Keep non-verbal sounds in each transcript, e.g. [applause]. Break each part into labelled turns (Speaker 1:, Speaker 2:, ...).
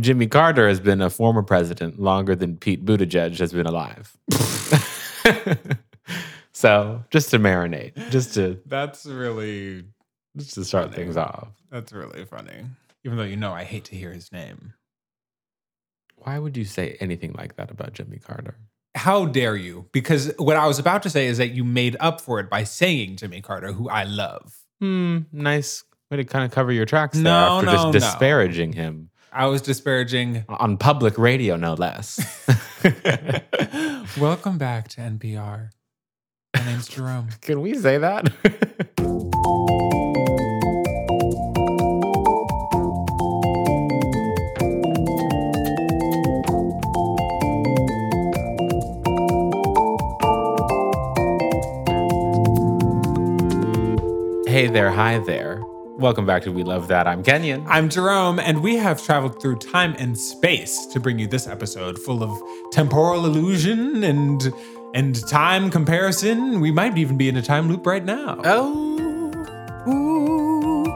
Speaker 1: Jimmy Carter has been a former president longer than Pete Buttigieg has been alive. [laughs] so just to marinate, just to
Speaker 2: That's really
Speaker 1: just to start things off.
Speaker 2: that's really funny. Even though you know I hate to hear his name.
Speaker 1: Why would you say anything like that about Jimmy Carter?
Speaker 2: How dare you? Because what I was about to say is that you made up for it by saying Jimmy Carter, who I love.
Speaker 1: Hmm, nice way to kind of cover your tracks there
Speaker 2: No,
Speaker 1: after
Speaker 2: no,
Speaker 1: just
Speaker 2: no.
Speaker 1: disparaging him
Speaker 2: I was disparaging.
Speaker 1: on public radio, no [laughs] less.
Speaker 2: Welcome back to NPR. My name's Jerome.
Speaker 1: Can we say that? [laughs] hey there, hi there. Welcome back to We Love That. I'm Kenyon.
Speaker 2: [laughs] I'm Jerome, and we have traveled through time and space to bring you this episode full of temporal illusion and and time comparison. We might even be in a time loop right now.
Speaker 1: Uh, Oh.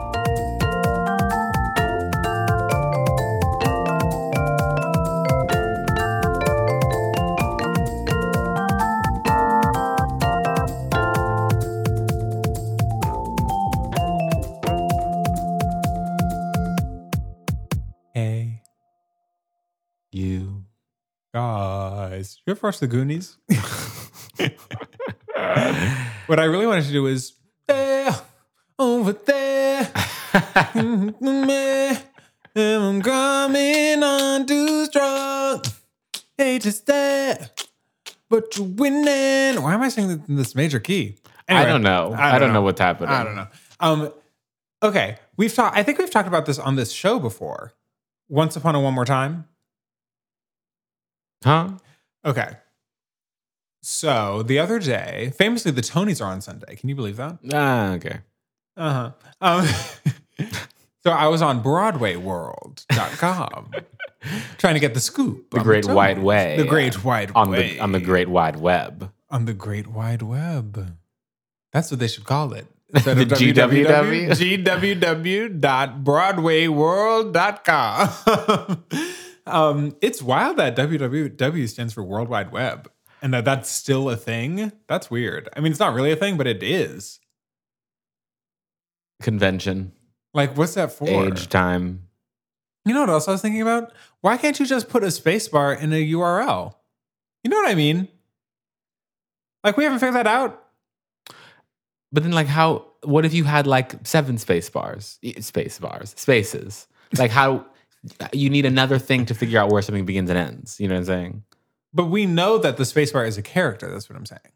Speaker 2: Hey
Speaker 1: You.
Speaker 2: guys, you ever watch The Goonies? what I really wanted to do is there, over there. and I'm coming on too strong. Hate to stay, but you're winning. Why am I saying that in this major key?
Speaker 1: I don't know. I don't, know. what's happening.
Speaker 2: I don't know. Um, okay, we've talked. I think we've talked about this on this show before. Once upon a one more time.
Speaker 1: Huh?
Speaker 2: Okay. So the other day, famously, the Tonys are on Sunday. Can you believe that?
Speaker 1: Ah, okay. Uh-huh.
Speaker 2: Uh huh. Um, [laughs] so I was
Speaker 1: [laughs]
Speaker 2: on BroadwayWorld.com trying to get the scoop.
Speaker 1: The
Speaker 2: on
Speaker 1: Great
Speaker 2: Tonys.
Speaker 1: Wide Way.
Speaker 2: The Great Wide
Speaker 1: on
Speaker 2: Way.
Speaker 1: the on the Great Wide Web.
Speaker 2: on the Great Wide Web. That's what they should call it. Instead
Speaker 1: The
Speaker 2: of www, www.broadwayworld.com. [laughs] um, it's wild that www stands for World Wide Web and that that's still a thing. That's weird. I mean, it's not really a thing, but it is.
Speaker 1: Convention,
Speaker 2: Like, what's that for?
Speaker 1: age, time.
Speaker 2: You know what else I was thinking about? Why can't you just put a spacebar in a URL? You know what I mean? Like, we haven't figured that out.
Speaker 1: But then, like, how? What if you had like seven space bars, Y- space bars, spaces? Like, how? You need another thing to figure out where something begins and ends. You know what I'm saying?
Speaker 2: But we know that the spacebar is a character. That's what I'm saying.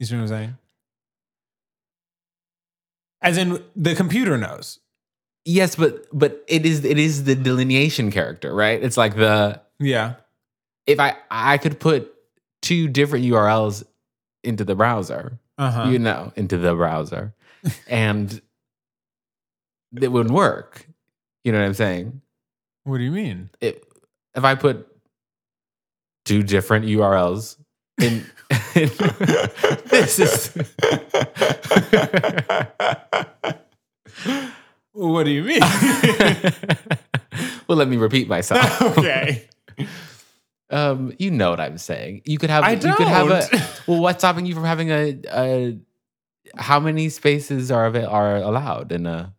Speaker 2: You see what I'm saying? As in, the computer knows.
Speaker 1: Yes, but but it is it is the delineation character, right? It's like the
Speaker 2: Yeah.
Speaker 1: if I I could put two different URLs into the browser,
Speaker 2: Uh huh.
Speaker 1: you know, into the browser. and it wouldn't work. You know what I'm saying?
Speaker 2: what do you
Speaker 1: [laughs]
Speaker 2: mean?
Speaker 1: It, if I put two different URLs in, in [laughs] this is [laughs]
Speaker 2: What do you
Speaker 1: [laughs]
Speaker 2: mean? [laughs]
Speaker 1: well, let me repeat myself.
Speaker 2: okay.
Speaker 1: Um, you know what I'm saying. You could have
Speaker 2: I
Speaker 1: you could have a
Speaker 2: don't.
Speaker 1: well, what's stopping you from having a, a how many spaces are avail- are allowed in a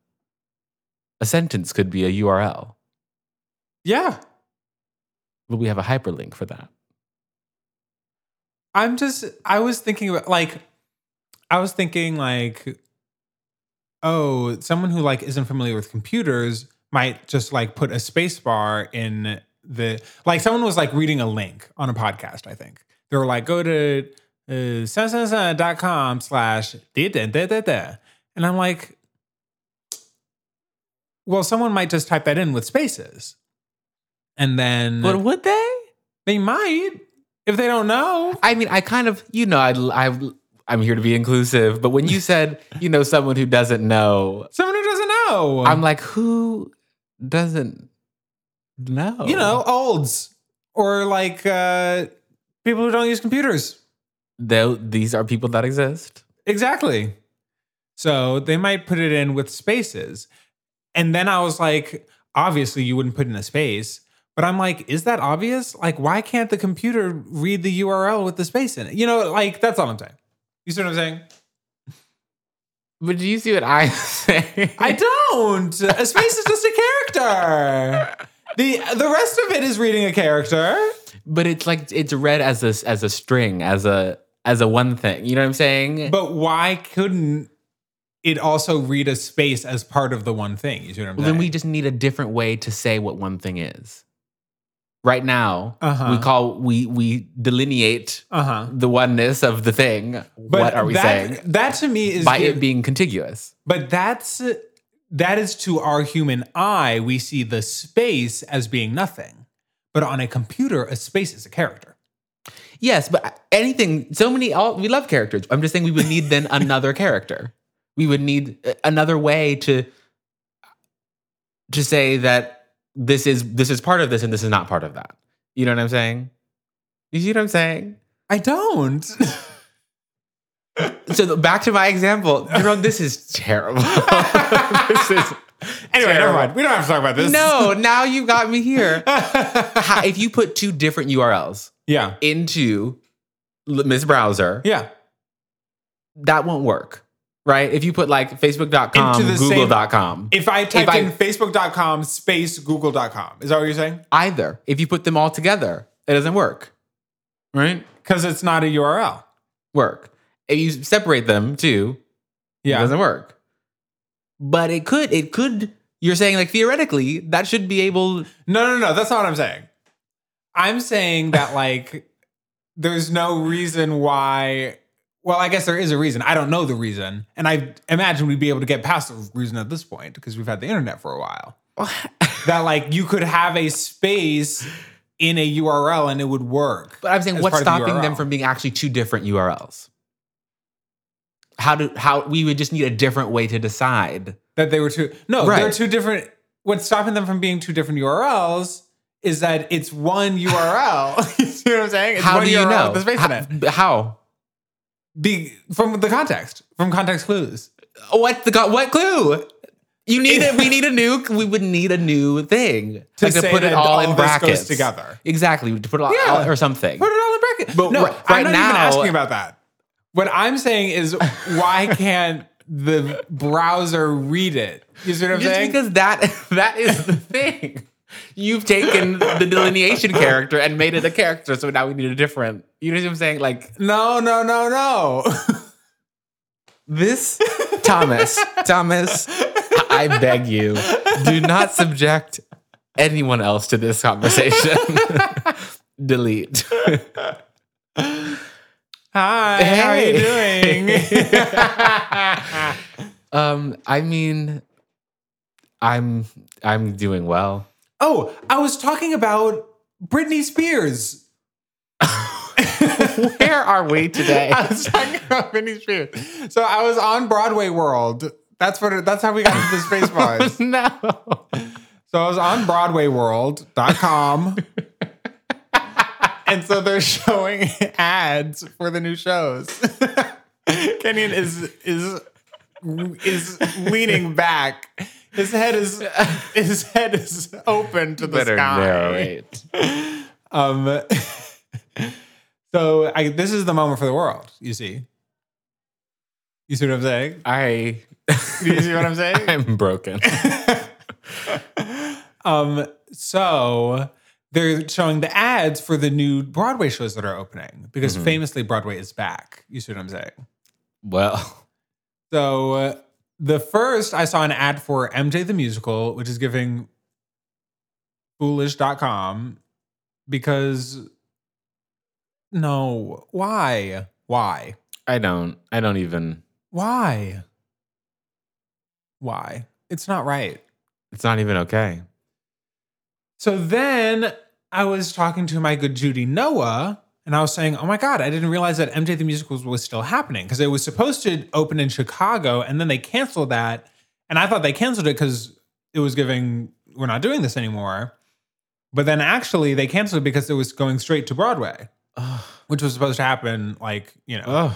Speaker 1: a sentence could be a URL.
Speaker 2: Yeah.
Speaker 1: But we have a hyperlink for that.
Speaker 2: I'm just I was thinking about like I was thinking like oh someone who like isn't familiar with computers might just like put a space bar in the like someone was like reading a link on a podcast I think they were like go to uh, dot com slash da da da da da and I'm like well someone might just type that in with spaces and then
Speaker 1: But would they?
Speaker 2: they might if they don't know
Speaker 1: I mean, I kind of, you know, I, I, I'm here to be inclusive, but
Speaker 2: [laughs]
Speaker 1: when you said, you know, someone who doesn't know,
Speaker 2: Someone who doesn't know.
Speaker 1: I'm like, who doesn't know?
Speaker 2: you know, olds or like uh, people who don't use computers.
Speaker 1: Though these are people that exist.
Speaker 2: Exactly. So they might put it in with spaces. And then I was like, obviously, you wouldn't put in a space, But I'm like, is that obvious? Like, why can't the computer read the URL with the space in it? You know, like that's all I'm saying. You see what I'm saying?
Speaker 1: But do you see what I [laughs] say?
Speaker 2: I don't. A space is just a character. The the rest of it is reading a character.
Speaker 1: but it's like it's read as a as a string, as a as a one thing. You know what I'm saying?
Speaker 2: But why couldn't it also read a space as part of the one thing? You see what I'm
Speaker 1: well,
Speaker 2: saying?
Speaker 1: then we just need a different way to say what one thing is. Right now,
Speaker 2: Uh-huh.
Speaker 1: we call we we delineate
Speaker 2: uh huh.
Speaker 1: the oneness of the thing.
Speaker 2: But
Speaker 1: what are we
Speaker 2: that,
Speaker 1: saying?
Speaker 2: That to me is
Speaker 1: By
Speaker 2: good.
Speaker 1: it being contiguous.
Speaker 2: But that's that is to our human eye, we see the space as being nothing. But on a computer, a space is a character.
Speaker 1: Yes, but anything, so many, all, we love characters. I'm just saying we would need
Speaker 2: [laughs]
Speaker 1: then another character. We would need uh, another way to to say that this is this is part of this and this is not part of that. You know what I'm saying? You see what I'm saying?
Speaker 2: I don't.
Speaker 1: So the, back to my example, Jerome, this is
Speaker 2: [laughs]
Speaker 1: terrible. this is
Speaker 2: [laughs] anyway, never
Speaker 1: Terrible.
Speaker 2: mind. We don't have to talk about this.
Speaker 1: no. Now you've got me here. How- if you put two different URLs
Speaker 2: [laughs] yeah.
Speaker 1: into L- Miss Browser,
Speaker 2: Yeah.
Speaker 1: that won't work, right? If you put like facebook.com,
Speaker 2: Into the same-
Speaker 1: google.com,
Speaker 2: If I typed
Speaker 1: I-
Speaker 2: in facebook.com space google.com, is that what you're saying?
Speaker 1: either. If you put them all together, it doesn't work, right?
Speaker 2: Because it's not a URL.
Speaker 1: Work. If you separate them too, it
Speaker 2: Yeah.
Speaker 1: doesn't work. But it could, it could, you're saying like theoretically, that should be able,
Speaker 2: No, no, no. That's not what I'm saying. I'm
Speaker 1: [laughs]
Speaker 2: saying that like there's no reason why. Well, I guess there is a reason. I don't know the reason, and I imagine we'd be able to get past the reason at this point because we've had the internet for a
Speaker 1: [laughs]
Speaker 2: while.
Speaker 1: but
Speaker 2: That like you could have a space in a URL and it would work.
Speaker 1: I'm saying
Speaker 2: As
Speaker 1: what's
Speaker 2: part of the
Speaker 1: stopping them
Speaker 2: URL.
Speaker 1: from being actually two different URLs? How do, how, we would just need a different way to decide.
Speaker 2: that they were two. No,
Speaker 1: Right.
Speaker 2: they're two different. What's stopping them from being two different URLs is that it's one URL. [laughs] you see what I'm saying? It's
Speaker 1: how
Speaker 2: one
Speaker 1: do you
Speaker 2: URL with
Speaker 1: know?
Speaker 2: The space in it.
Speaker 1: how, how?
Speaker 2: Be, from the context, from context clues.
Speaker 1: What the god? What clue? You need it.
Speaker 2: [laughs]
Speaker 1: We need a new. We would need a new thing
Speaker 2: to
Speaker 1: Like,
Speaker 2: say
Speaker 1: put
Speaker 2: that
Speaker 1: it all, in
Speaker 2: this goes
Speaker 1: brackets
Speaker 2: together.
Speaker 1: Exactly to put it all
Speaker 2: Yeah.
Speaker 1: all- or something.
Speaker 2: Put it all in brackets.
Speaker 1: But
Speaker 2: no,
Speaker 1: ri- right
Speaker 2: I'm not even
Speaker 1: now-
Speaker 2: asking about that. What I'm saying is,
Speaker 1: [laughs]
Speaker 2: why can't the browser read it? You see what I'm
Speaker 1: Just
Speaker 2: saying?
Speaker 1: because that [laughs] that is the thing. You've taken the delineation character and made it a character, so now we need a different. You know what I'm saying? Like
Speaker 2: no, no,
Speaker 1: [laughs]
Speaker 2: no, no.
Speaker 1: this, Thomas. Thomas, I I beg you, do not subject anyone else to this conversation. [laughs] Delete.
Speaker 2: Hi, how are you
Speaker 1: [laughs]
Speaker 2: doing?
Speaker 1: um, I mean, I'm I'm doing well.
Speaker 2: oh, I was talking about Britney Spears.
Speaker 1: [laughs] Where are we [laughs] today?
Speaker 2: I was talking about Britney Spears. So I was on Broadway World. That's what. That's how we
Speaker 1: [laughs]
Speaker 2: got into the space bars.
Speaker 1: no.
Speaker 2: So I was on BroadwayWorld.com. and so they're showing ads for the new shows. Kenyon is is is leaning back. His head is his head is open to the
Speaker 1: Better
Speaker 2: sky.
Speaker 1: narrate.
Speaker 2: Um so I, this is the moment for the world, you see. You see what I'm saying?
Speaker 1: I. [laughs]
Speaker 2: You see what I'm saying?
Speaker 1: I'm broken.
Speaker 2: [laughs] Um, so they're showing the ads for the new Broadway shows that are opening because famously Broadway is back. You see what I'm saying?
Speaker 1: Well,
Speaker 2: So uh, the first I saw an ad for MJ the Musical, which is giving foolish.com because no, why? Why?
Speaker 1: I don't. I don't even.
Speaker 2: Why? Why? It's not right.
Speaker 1: It's not even okay.
Speaker 2: So then I was talking to my good Judy Noah, and I was saying, "Oh my God, I didn't realize that MJ the Musical was still happening because it was supposed to open in Chicago, and then they canceled that, and I thought they canceled it because it was giving we're not doing this anymore." But then actually, they canceled it because it was going straight to Broadway,
Speaker 1: Ugh.
Speaker 2: which was supposed to happen like you know
Speaker 1: Ugh.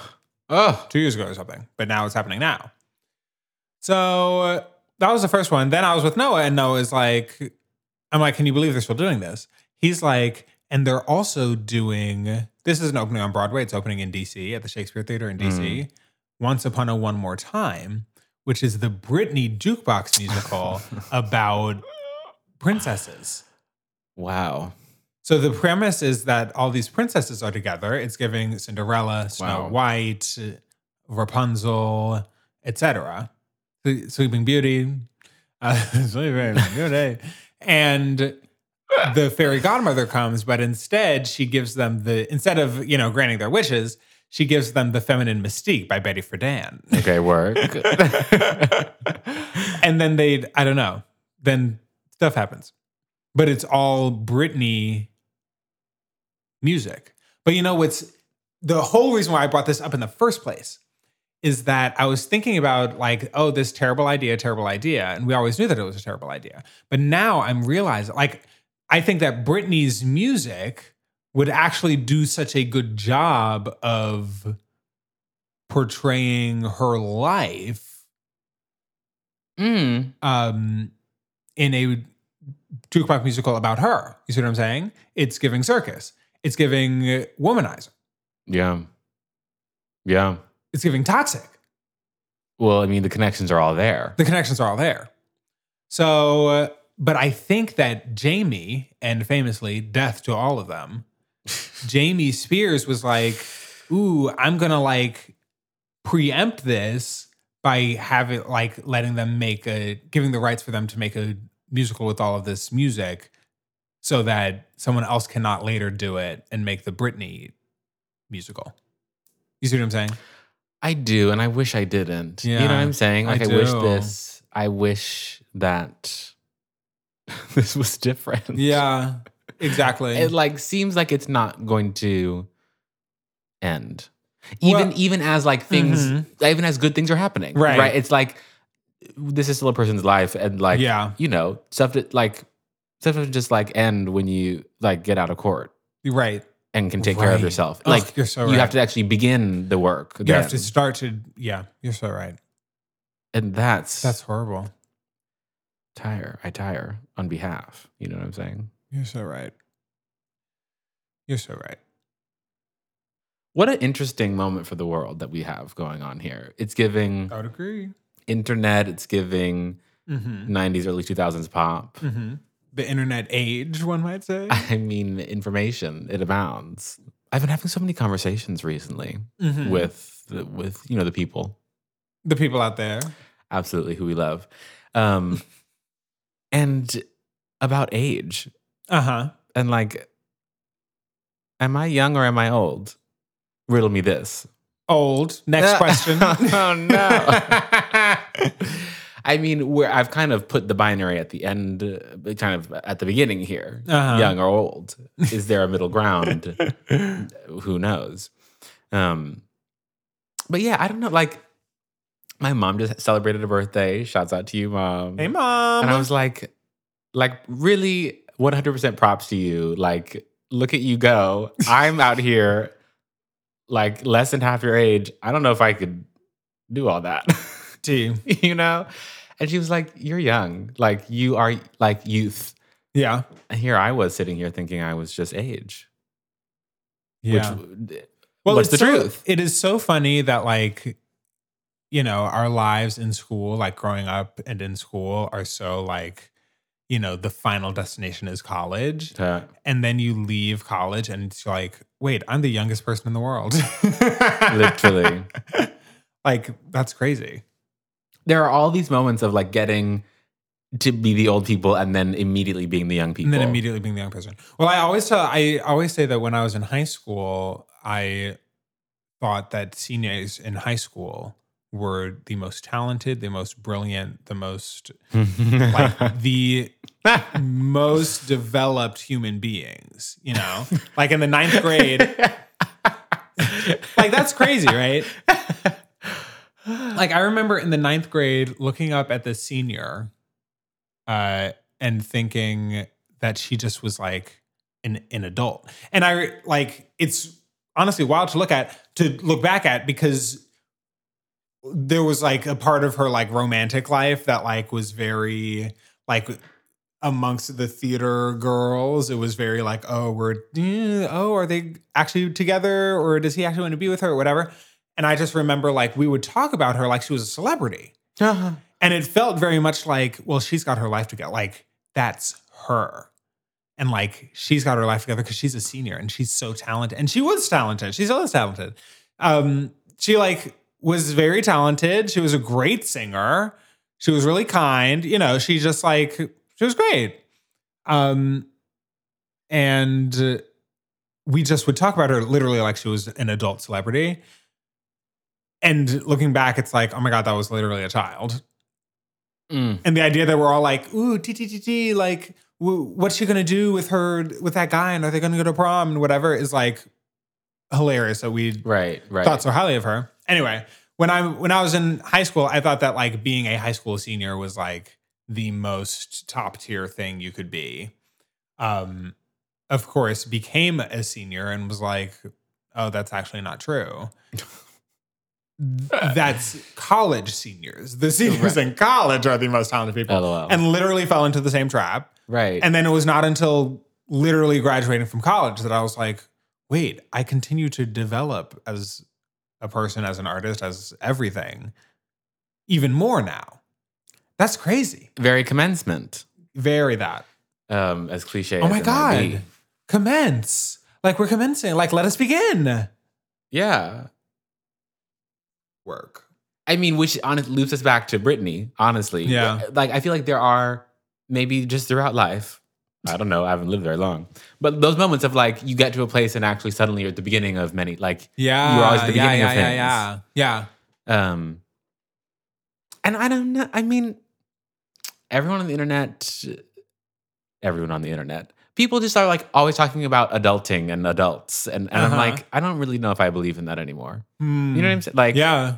Speaker 1: Ugh.
Speaker 2: two years ago or something, but now it's happening now. So uh, that was the first one. Then I was with Noah, and Noah's like, I'm like, can you believe they're still doing this? He's like, and they're also doing this is an opening on Broadway. It's opening in DC at the Shakespeare Theater in DC. Once Upon a One More Time, which is the Britney
Speaker 1: [laughs]
Speaker 2: jukebox musical about princesses.
Speaker 1: Wow.
Speaker 2: So the premise is that all these princesses are together. It's giving Cinderella, Snow
Speaker 1: Wow.
Speaker 2: White, Rapunzel, etc. Sle- Sleeping Beauty, [laughs] uh, Sleeping Beauty, and the fairy godmother comes, but instead she gives them the instead of you know granting their wishes, she gives them the feminine mystique by Betty Friedan.
Speaker 1: Okay, [laughs] work.
Speaker 2: [laughs] and then they I don't know. Then stuff happens. But it's all Britney music. But you know what's the whole reason why I brought this up in the first place is that I was thinking about like, oh, this terrible idea, terrible idea. And we always knew that it was a terrible idea. But now I'm realizing like I think that Britney's music would actually do such a good job of portraying her life
Speaker 1: Mm.
Speaker 2: um, in a jukebox musical about her. You see what I'm saying? It's giving circus. It's giving uh, womanizer.
Speaker 1: Yeah. Yeah.
Speaker 2: It's giving toxic.
Speaker 1: Well, I mean, the connections are all there.
Speaker 2: The connections are all there. So, uh, but I think that Jamie, and famously, death to all
Speaker 1: [laughs]
Speaker 2: of them, Jamie Spears was like, ooh, I'm going to like preempt this by having like letting them make a, giving the rights for them to make a musical with all of this music so that someone else cannot later do it and make the Britney musical. You see what
Speaker 1: [laughs]
Speaker 2: I'm saying?
Speaker 1: I do, and I wish I didn't. You
Speaker 2: Yeah,
Speaker 1: know what I'm saying?
Speaker 2: I
Speaker 1: Like, I, wish
Speaker 2: do.
Speaker 1: this, I wish that [laughs] this was different.
Speaker 2: Yeah, exactly.
Speaker 1: It like seems like it's not going to end. Even
Speaker 2: Well-
Speaker 1: even as like things
Speaker 2: Mhm.
Speaker 1: even as good things are happening.
Speaker 2: Right.
Speaker 1: Right. It's like this is still a person's life and like
Speaker 2: yeah,
Speaker 1: you know, stuff that like stuff doesn't just like end when you like get out of court
Speaker 2: you're right.
Speaker 1: and can take care of
Speaker 2: Right.
Speaker 1: yourself.
Speaker 2: Ugh,
Speaker 1: like
Speaker 2: you're so
Speaker 1: you
Speaker 2: right.
Speaker 1: have to actually begin the work.
Speaker 2: You have
Speaker 1: then.
Speaker 2: to start to yeah. You're so right.
Speaker 1: and that's
Speaker 2: That's horrible.
Speaker 1: tire. I tire on behalf. You know what I'm saying?
Speaker 2: You're so right. You're so right.
Speaker 1: What an interesting moment for the world that we have going on here. It's giving
Speaker 2: I would agree.
Speaker 1: internet, it's giving [laughs]
Speaker 2: Mm-hmm.
Speaker 1: 90s, early 2000s pop.
Speaker 2: Mm-hmm. The internet age, one might say.
Speaker 1: [laughs] I mean, information, it abounds. I've been having so many conversations recently
Speaker 2: Mhm.
Speaker 1: with, the, with, you know, the people,
Speaker 2: the people out there.
Speaker 1: absolutely who we love. Um, and about age
Speaker 2: Uh huh.
Speaker 1: and like, am I young or am I old? Riddle me this.
Speaker 2: Old. Next [laughs] question.
Speaker 1: [laughs]
Speaker 2: Uh-huh.
Speaker 1: oh no. [laughs] I mean, where I've kind of put the binary at the end, uh, kind of at the beginning here,
Speaker 2: Uh-huh.
Speaker 1: young or old. Is there a middle ground? Who knows? Um, but yeah, I don't know. Like, my mom just celebrated a birthday. Shouts out to you, mom.
Speaker 2: hey, mom.
Speaker 1: And I was like, like really, one hundred percent props to you. Like, look at you
Speaker 2: [laughs]
Speaker 1: go. I'm out here, like less than half your age. I don't know if I could do all that, [laughs]
Speaker 2: to you.
Speaker 1: you know. And she was like, "You're young. Like you are like youth."
Speaker 2: Yeah.
Speaker 1: And here I was sitting here thinking I was just age.
Speaker 2: Yeah.
Speaker 1: Which, what's the
Speaker 2: it's so-
Speaker 1: truth?
Speaker 2: It is so funny that like, you know, our lives in school, like growing up and in school, are so like, you know, the final destination is college,
Speaker 1: Uh,
Speaker 2: and then you leave college, and it's like, wait, I'm the youngest person in the world. [laughs]
Speaker 1: literally.
Speaker 2: like that's crazy.
Speaker 1: there are all these moments of like getting to be the old people and then immediately being the young people.
Speaker 2: And then immediately being the young person. Well, I always tell, I always say that when I was in high school, I thought that seniors in high school were the most talented, the most brilliant, the most [laughs] like the most developed human beings, you know? Like in the ninth grade. like that's crazy, right? Like I remember in the ninth grade looking up at the senior uh and thinking that she just was like an, an adult. And I re- like it's honestly wild to look at, to look back at because there was like a part of her like romantic life that like was very like amongst the theater girls, it was very like, oh, we're, eh, oh, are they actually together or does he actually want to be with her or whatever? And I just remember like we would talk about her like she was a celebrity. And it felt very much like, well, she's got her life together. Like that's her. And like she's got her life together because she's a senior and she's so talented. And she was talented. She still is talented. Um, she like was very talented. She was a great singer. She was really kind. You know, she just like she was great. Um, and uh, we just would talk about her literally like she was an adult celebrity. And looking back, it's like, oh my god, that was literally a child.
Speaker 1: [laughs] Mm.
Speaker 2: And the idea that we're all like, ooh, t t t t, like, w- what's she gonna do with her with that guy, and are they gonna go to prom and whatever is like hilarious that we
Speaker 1: Right, right.
Speaker 2: thought so highly of her. Anyway, when I when I was in high school, I thought that like being a high school senior was like the most top tier thing you could be. Um, of course, became a senior and was like, oh, that's actually not true. that's college seniors. The seniors in college are the most talented people.
Speaker 1: LOL.
Speaker 2: And literally fell into the same trap.
Speaker 1: right.
Speaker 2: And then it was not until literally graduating from college that I was like, wait, I continue to develop as a person, as an artist, as everything, even more now. That's crazy.
Speaker 1: Very commencement.
Speaker 2: Very that.
Speaker 1: Um, as cliche.
Speaker 2: oh
Speaker 1: as
Speaker 2: my
Speaker 1: it might be.
Speaker 2: God. Commence. Like we're commencing. Like let us begin.
Speaker 1: Yeah.
Speaker 2: Work.
Speaker 1: I mean, which honest loops us back to Britney, honestly.
Speaker 2: Yeah.
Speaker 1: Like I feel like there are maybe just throughout life. I don't know, I haven't lived very long. But those moments of like you get to a place and actually suddenly you're at the beginning of many like
Speaker 2: Yeah.
Speaker 1: You're always at the
Speaker 2: yeah,
Speaker 1: beginning
Speaker 2: yeah,
Speaker 1: of
Speaker 2: yeah,
Speaker 1: things.
Speaker 2: yeah. Yeah.
Speaker 1: um and I don't know, I mean everyone on the internet everyone on the internet. People just are like always talking about adulting and adults and, and I'm
Speaker 2: Uh-huh.
Speaker 1: like, I don't really know if I believe in that anymore.
Speaker 2: Hmm.
Speaker 1: You know what I'm saying? Like
Speaker 2: Yeah.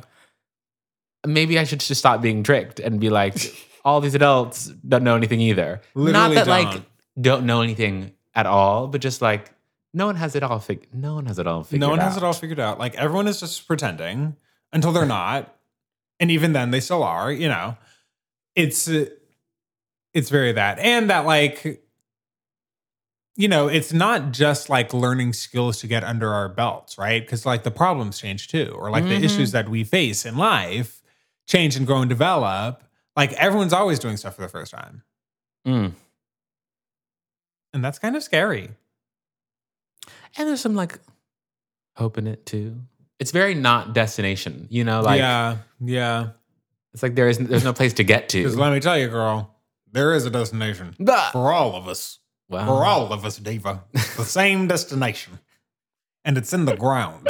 Speaker 1: maybe I should just stop being tricked and be
Speaker 2: [laughs]
Speaker 1: like, all these adults don't know anything either.
Speaker 2: Literally
Speaker 1: Not that like
Speaker 2: don't.
Speaker 1: don't know anything at all, but just like no one has it all figured. No one has it all figured.
Speaker 2: no one
Speaker 1: out.
Speaker 2: has it all figured out. Like everyone is just pretending
Speaker 1: [laughs]
Speaker 2: until they're not, and even then they still are. You know, it's uh, it's very that, and that like, you know, it's not just like learning skills to get under our belts, right? Because like the problems change too, or like
Speaker 1: Mhm.
Speaker 2: the issues that we face in life change and grow and develop. Like everyone's always doing stuff for the first time,
Speaker 1: Mm.
Speaker 2: and that's kind of scary.
Speaker 1: And there's some like hope in it too. It's very not destination, you know. Like
Speaker 2: yeah, yeah.
Speaker 1: it's like there is there's no place to get
Speaker 2: Because
Speaker 1: to. [laughs]
Speaker 2: let me tell you, girl, there is a destination
Speaker 1: Bah!
Speaker 2: for all of us.
Speaker 1: Wow.
Speaker 2: For all [laughs] of us, Diva, It's the same [laughs] destination, and it's in the ground.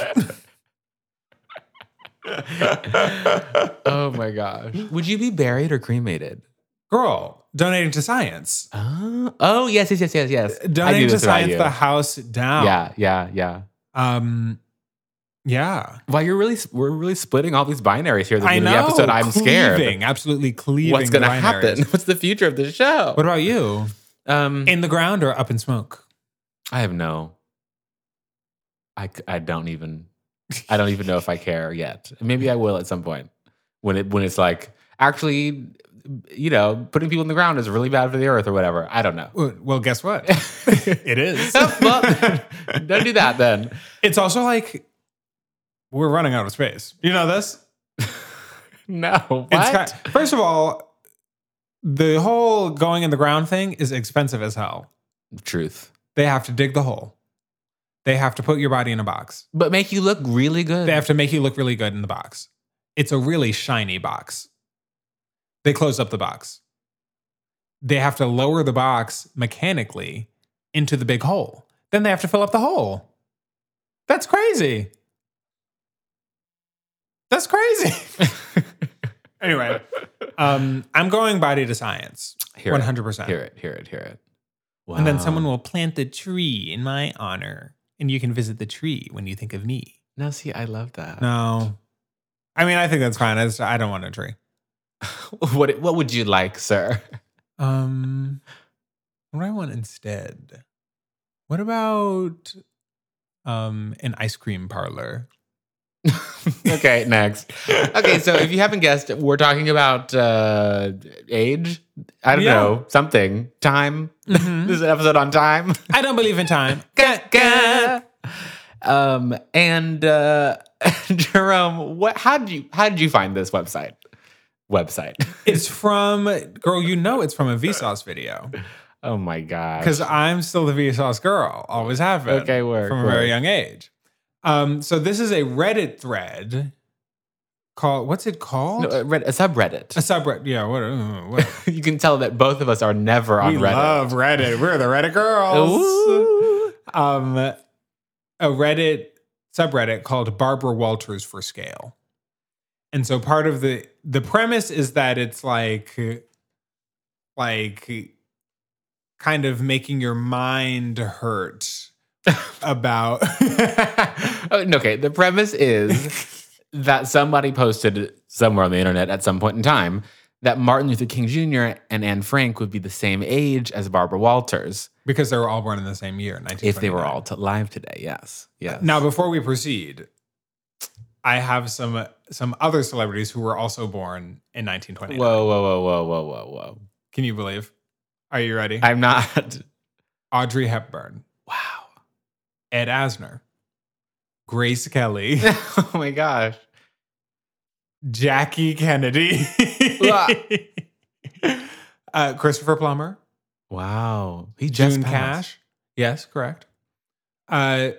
Speaker 1: oh my gosh! Would you be buried or cremated?
Speaker 2: Girl, donating to science,
Speaker 1: Oh, oh yes, yes, yes, yes, yes. I do
Speaker 2: donating to
Speaker 1: this about
Speaker 2: science
Speaker 1: you.
Speaker 2: the house down.
Speaker 1: Yeah, yeah, yeah.
Speaker 2: um, yeah.
Speaker 1: Well, you're really we're really splitting all these binaries here. At the
Speaker 2: I
Speaker 1: beginning
Speaker 2: know.
Speaker 1: of the episode, I'm scared.
Speaker 2: Cleaving, absolutely cleaving.
Speaker 1: What's
Speaker 2: the
Speaker 1: going to
Speaker 2: binaries.
Speaker 1: happen? [laughs] What's the future of the show?
Speaker 2: What about you?
Speaker 1: um,
Speaker 2: In the ground or up in smoke?
Speaker 1: I have no. I c- I don't even. I don't even know if I care yet. Maybe I will at some point when it when it's like actually, you know, putting people in the ground is really bad for the earth or whatever. I don't know.
Speaker 2: Well, well,
Speaker 1: [laughs]
Speaker 2: guess what? it is.
Speaker 1: Well, don't do that then.
Speaker 2: [laughs] It's also like we're running out of space. You know this?
Speaker 1: No. What?
Speaker 2: It's ki- first of all, the whole going in the ground thing is expensive as hell.
Speaker 1: Truth.
Speaker 2: They have to dig the hole. They have to put your body in a box.
Speaker 1: But make you look really good.
Speaker 2: They have to make you look really good in the box. It's a really shiny box. They close up the box. They have to lower the box mechanically into the big hole. Then they have to fill up the hole. That's crazy. That's crazy. anyway, um, I'm going body to science.
Speaker 1: [laughs] Hear
Speaker 2: One
Speaker 1: it.
Speaker 2: hundred percent.
Speaker 1: Hear it, hear it, hear it. Wow.
Speaker 2: And then someone will plant the tree in my honor, and you can visit the tree when you think of me.
Speaker 1: Now, see, I love that.
Speaker 2: No, I mean I think that's fine. I, just, I don't want a tree.
Speaker 1: [laughs] What What would you like, sir?
Speaker 2: Um, what do I want instead? What about um an ice cream parlor?
Speaker 1: [laughs] okay, next. Okay, so if you haven't guessed, we're talking about uh, age. I don't
Speaker 2: Yeah.
Speaker 1: know something. Time.
Speaker 2: Mhm. [laughs]
Speaker 1: this is an episode on time.
Speaker 2: I don't believe in time.
Speaker 1: um, and uh, [laughs] Jerome, what? How did you? How did you find this website? Website. [laughs]
Speaker 2: It's from girl, you know it's [laughs] from a Vsauce video.
Speaker 1: Oh my god.
Speaker 2: Because I'm still the Vsauce girl. Always have been.
Speaker 1: Okay, work,
Speaker 2: From a
Speaker 1: work.
Speaker 2: very young age. Um, so this is a Reddit thread called what's it called?
Speaker 1: No, uh, a, red, a subreddit. [laughs]
Speaker 2: a subreddit. Yeah, what, uh, what
Speaker 1: you can tell that both of us are never on
Speaker 2: we
Speaker 1: Reddit.
Speaker 2: love Reddit. We're the Reddit girls.
Speaker 1: Ooh.
Speaker 2: Um, a Reddit subreddit called Barbara Walters for Scale, and so part of the the premise is that it's like, like, kind of making your mind hurt
Speaker 1: [laughs]
Speaker 2: about.
Speaker 1: Oh, okay, the premise is that somebody posted somewhere on the internet at some point in time that Martin Luther King Jr. and Anne Frank would be the same age as Barbara Walters
Speaker 2: because they were all born in the same year,
Speaker 1: if they were
Speaker 2: 1929.
Speaker 1: all t- live today. Yes. Yes.
Speaker 2: Now, before we proceed, I have some some other celebrities who were also born in 1929.
Speaker 1: Whoa, whoa, whoa, whoa, whoa, whoa, whoa.
Speaker 2: Can you believe? Are you ready?
Speaker 1: I'm not. [laughs]
Speaker 2: Audrey Hepburn,
Speaker 1: Wow. [laughs]
Speaker 2: Ed Asner, Grace Kelly, [laughs]
Speaker 1: oh my gosh.
Speaker 2: Jackie Kennedy, [laughs]
Speaker 1: Wow.
Speaker 2: uh, Christopher Plummer,
Speaker 1: Wow. He just
Speaker 2: June
Speaker 1: passed.
Speaker 2: Cash. Yes, correct. Uh,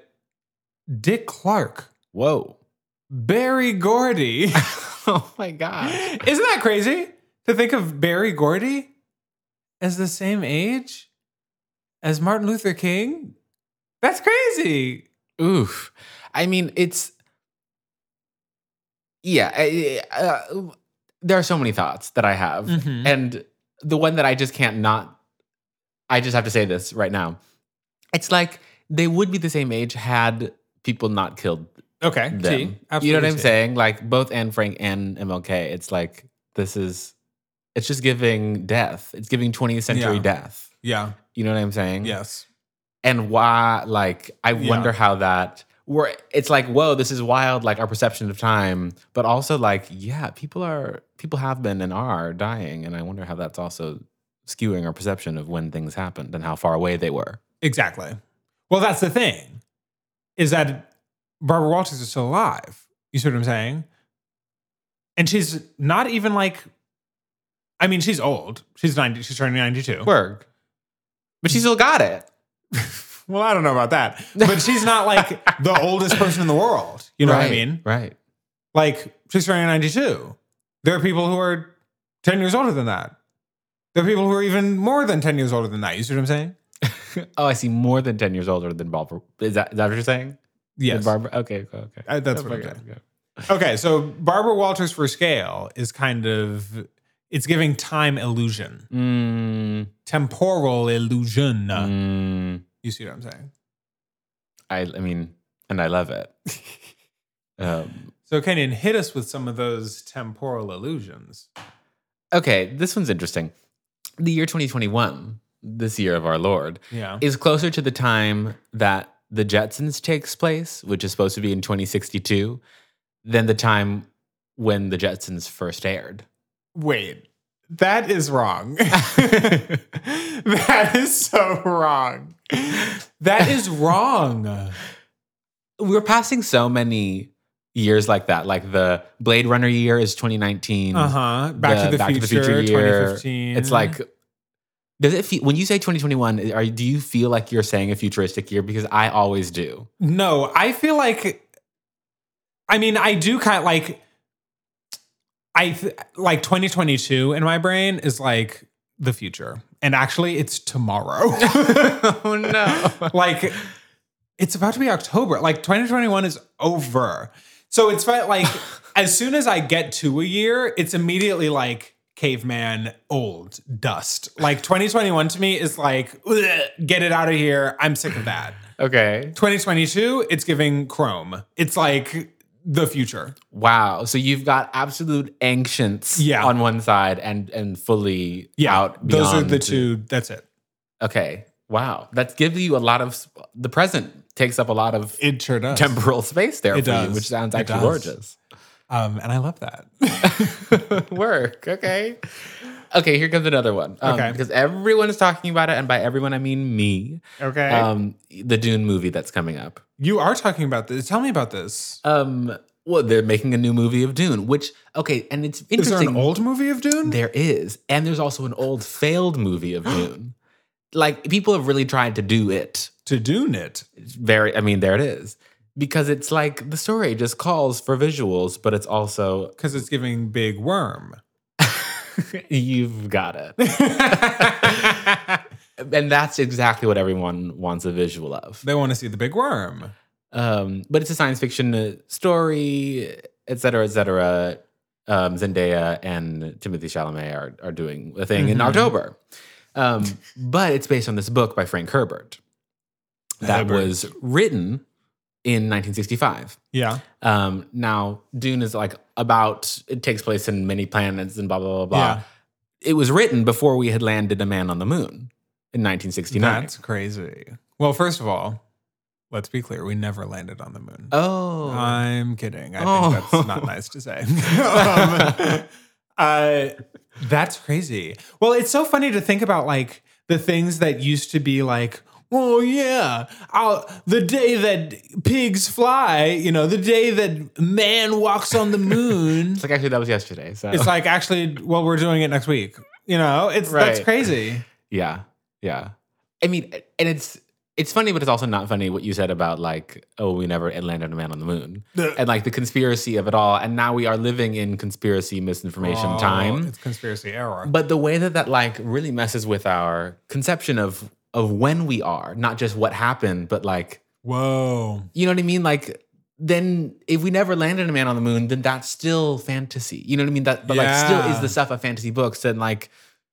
Speaker 2: Dick Clark,
Speaker 1: Whoa. [laughs]
Speaker 2: Barry Gordy. [laughs] Isn't
Speaker 1: oh my
Speaker 2: [laughs]
Speaker 1: gosh.
Speaker 2: that crazy to think of Barry Gordy as the same age as Martin Luther King? That's crazy.
Speaker 1: Oof. I mean, it's yeah. I- I- uh, there are so many thoughts that I have,
Speaker 2: Mhm.
Speaker 1: and the one that I just can't not. I just have to say this right now. It's like they would be the same age had people not killed
Speaker 2: Okay,
Speaker 1: them.
Speaker 2: T,
Speaker 1: you know what
Speaker 2: absolutely
Speaker 1: I'm
Speaker 2: T.
Speaker 1: saying? Like both Anne Frank and MLK. It's like this is. It's just giving death. It's giving 20th century
Speaker 2: Yeah.
Speaker 1: death.
Speaker 2: Yeah.
Speaker 1: You know what I'm saying?
Speaker 2: Yes.
Speaker 1: and why like i
Speaker 2: Yeah.
Speaker 1: wonder how that where it's like whoa this is wild like our perception of time but also like yeah people are people have been and are dying and i wonder how that's also skewing our perception of when things happened and how far away they were
Speaker 2: Exactly. Well, that's the thing, is that Barbara Walters is still alive. You see what I'm saying? And she's not even like, I mean, she's old. She's 90. She's turning 92.
Speaker 1: work but she still got it
Speaker 2: Well, I don't know
Speaker 1: [laughs]
Speaker 2: about that. But she's not like the oldest person in the world. You know what I
Speaker 1: Right,
Speaker 2: mean?
Speaker 1: right
Speaker 2: Like, she's turning 92. There are people who are 10 years older than that. There are people who are even more than 10 years older than that. You see what I'm saying?
Speaker 1: oh i see more than 10 years older than barbara is that, is that what you're saying Than
Speaker 2: Yes.
Speaker 1: barbara okay okay okay
Speaker 2: Uh, that's
Speaker 1: Oh
Speaker 2: what
Speaker 1: my
Speaker 2: I'm saying.
Speaker 1: God, okay.
Speaker 2: Okay, so Barbara Walters for scale is kind of it's giving time illusion,
Speaker 1: Mm,
Speaker 2: temporal illusion.
Speaker 1: mm.
Speaker 2: You see what I'm saying?
Speaker 1: I, I mean, and I love it. [laughs] um,
Speaker 2: So Kenyon, hit us with some of those temporal illusions.
Speaker 1: okay, this one's interesting. The year 2021, this year of our Lord,
Speaker 2: Yeah.
Speaker 1: is closer to the time that the Jetsons takes place, which is supposed to be in 2062, than the time when the Jetsons first aired.
Speaker 2: Wait, that is wrong. [laughs] that is so wrong. That is wrong.
Speaker 1: We're passing so many years like that. Like the Blade Runner year is 2019.
Speaker 2: Uh huh. Back,
Speaker 1: Uh-huh. The
Speaker 2: to the
Speaker 1: Back to the
Speaker 2: Future,
Speaker 1: Future year.
Speaker 2: 2015.
Speaker 1: It's like, does it feel when you say 2021? Are do you feel like you're saying a futuristic year? Because I always do.
Speaker 2: No, I feel like I mean, I do kind of like I th- like 2022 in my brain is like the future. And actually
Speaker 1: [laughs]
Speaker 2: it's tomorrow. [laughs]
Speaker 1: Oh no!
Speaker 2: like it's about to be October. Like 2021 is over. So it's fi- like as soon as I get to a year, it's immediately like caveman old dust. Like 2021 to me is like "Ugh, get it out of here. I'm sick of that.
Speaker 1: [laughs] okay.
Speaker 2: 2022, it's giving Chrome. It's like the future.
Speaker 1: Wow. So you've got absolute ancients
Speaker 2: Yeah.
Speaker 1: on one side and and fully
Speaker 2: Yeah.
Speaker 1: out.
Speaker 2: those are
Speaker 1: beyond-
Speaker 2: the two. That's it.
Speaker 1: Okay. Wow. That gives you a lot of s- the present takes up a lot of
Speaker 2: It sure does.
Speaker 1: temporal space there
Speaker 2: It
Speaker 1: for you,
Speaker 2: does.
Speaker 1: which sounds
Speaker 2: It
Speaker 1: actually
Speaker 2: does.
Speaker 1: gorgeous.
Speaker 2: Um, and I
Speaker 1: [laughs]
Speaker 2: love that.
Speaker 1: Work, okay. Okay, here comes another one. Um,
Speaker 2: Okay.
Speaker 1: Because everyone is talking about it, and by everyone I mean me.
Speaker 2: okay.
Speaker 1: Um, the Dune movie that's coming up.
Speaker 2: you are talking about this. Tell me about this.
Speaker 1: Um, well, they're making a new movie of Dune, which okay, and it's
Speaker 2: Is there
Speaker 1: interesting.
Speaker 2: an old movie of Dune?
Speaker 1: There is, and there's also an old failed movie of Dune. like people have really tried to do it.
Speaker 2: to Dune it.
Speaker 1: It's very, I mean, there it is, because it's like the story just calls for visuals, but it's also [laughs]
Speaker 2: Because it's giving big worm.
Speaker 1: you've got it. [laughs]
Speaker 2: they
Speaker 1: and that's exactly what everyone wants a visual of.
Speaker 2: want to see the big worm.
Speaker 1: Um, but it's a science fiction uh, story, et cetera, et cetera. Um, Zendaya and Timothy Chalamet are, are doing a thing in
Speaker 2: Mhm.
Speaker 1: October. Um, but it's based on this book by Frank Herbert that
Speaker 2: Herbert.
Speaker 1: was written in 1965.
Speaker 2: Yeah.
Speaker 1: Um, now, Dune is like about, it takes place in many planets and blah, blah, blah, blah.
Speaker 2: Yeah.
Speaker 1: It was written before we had landed a man on the moon in 1969.
Speaker 2: That's crazy. Well, first of all, let's be clear. We never landed on the moon.
Speaker 1: oh.
Speaker 2: I'm kidding. I think
Speaker 1: Oh.
Speaker 2: that's not nice to say. [laughs] um, uh, that's crazy. Well, it's so funny to think about like the things that used to be like, oh yeah, I'll, the day that pigs fly, you know, the day that man walks on the
Speaker 1: [laughs]
Speaker 2: moon.
Speaker 1: It's like actually that was yesterday. So
Speaker 2: it's like actually, well, we're doing it next week. You know, it's that's
Speaker 1: Right.
Speaker 2: crazy.
Speaker 1: yeah, yeah. I mean, and it's it's funny, but it's also not funny what you said about like, oh, we never landed a man on the moon, and like the conspiracy of it all. And now we are living in conspiracy misinformation
Speaker 2: Oh,
Speaker 1: time.
Speaker 2: It's conspiracy error.
Speaker 1: But the way that that like really messes with our conception of of when we are, not just what happened, but like
Speaker 2: Whoa.
Speaker 1: you know what I mean, like. Then, if we never landed a man on the moon, then that's still fantasy. You know what I mean? That, but like, still
Speaker 2: Yeah.
Speaker 1: is the stuff of fantasy books. And like,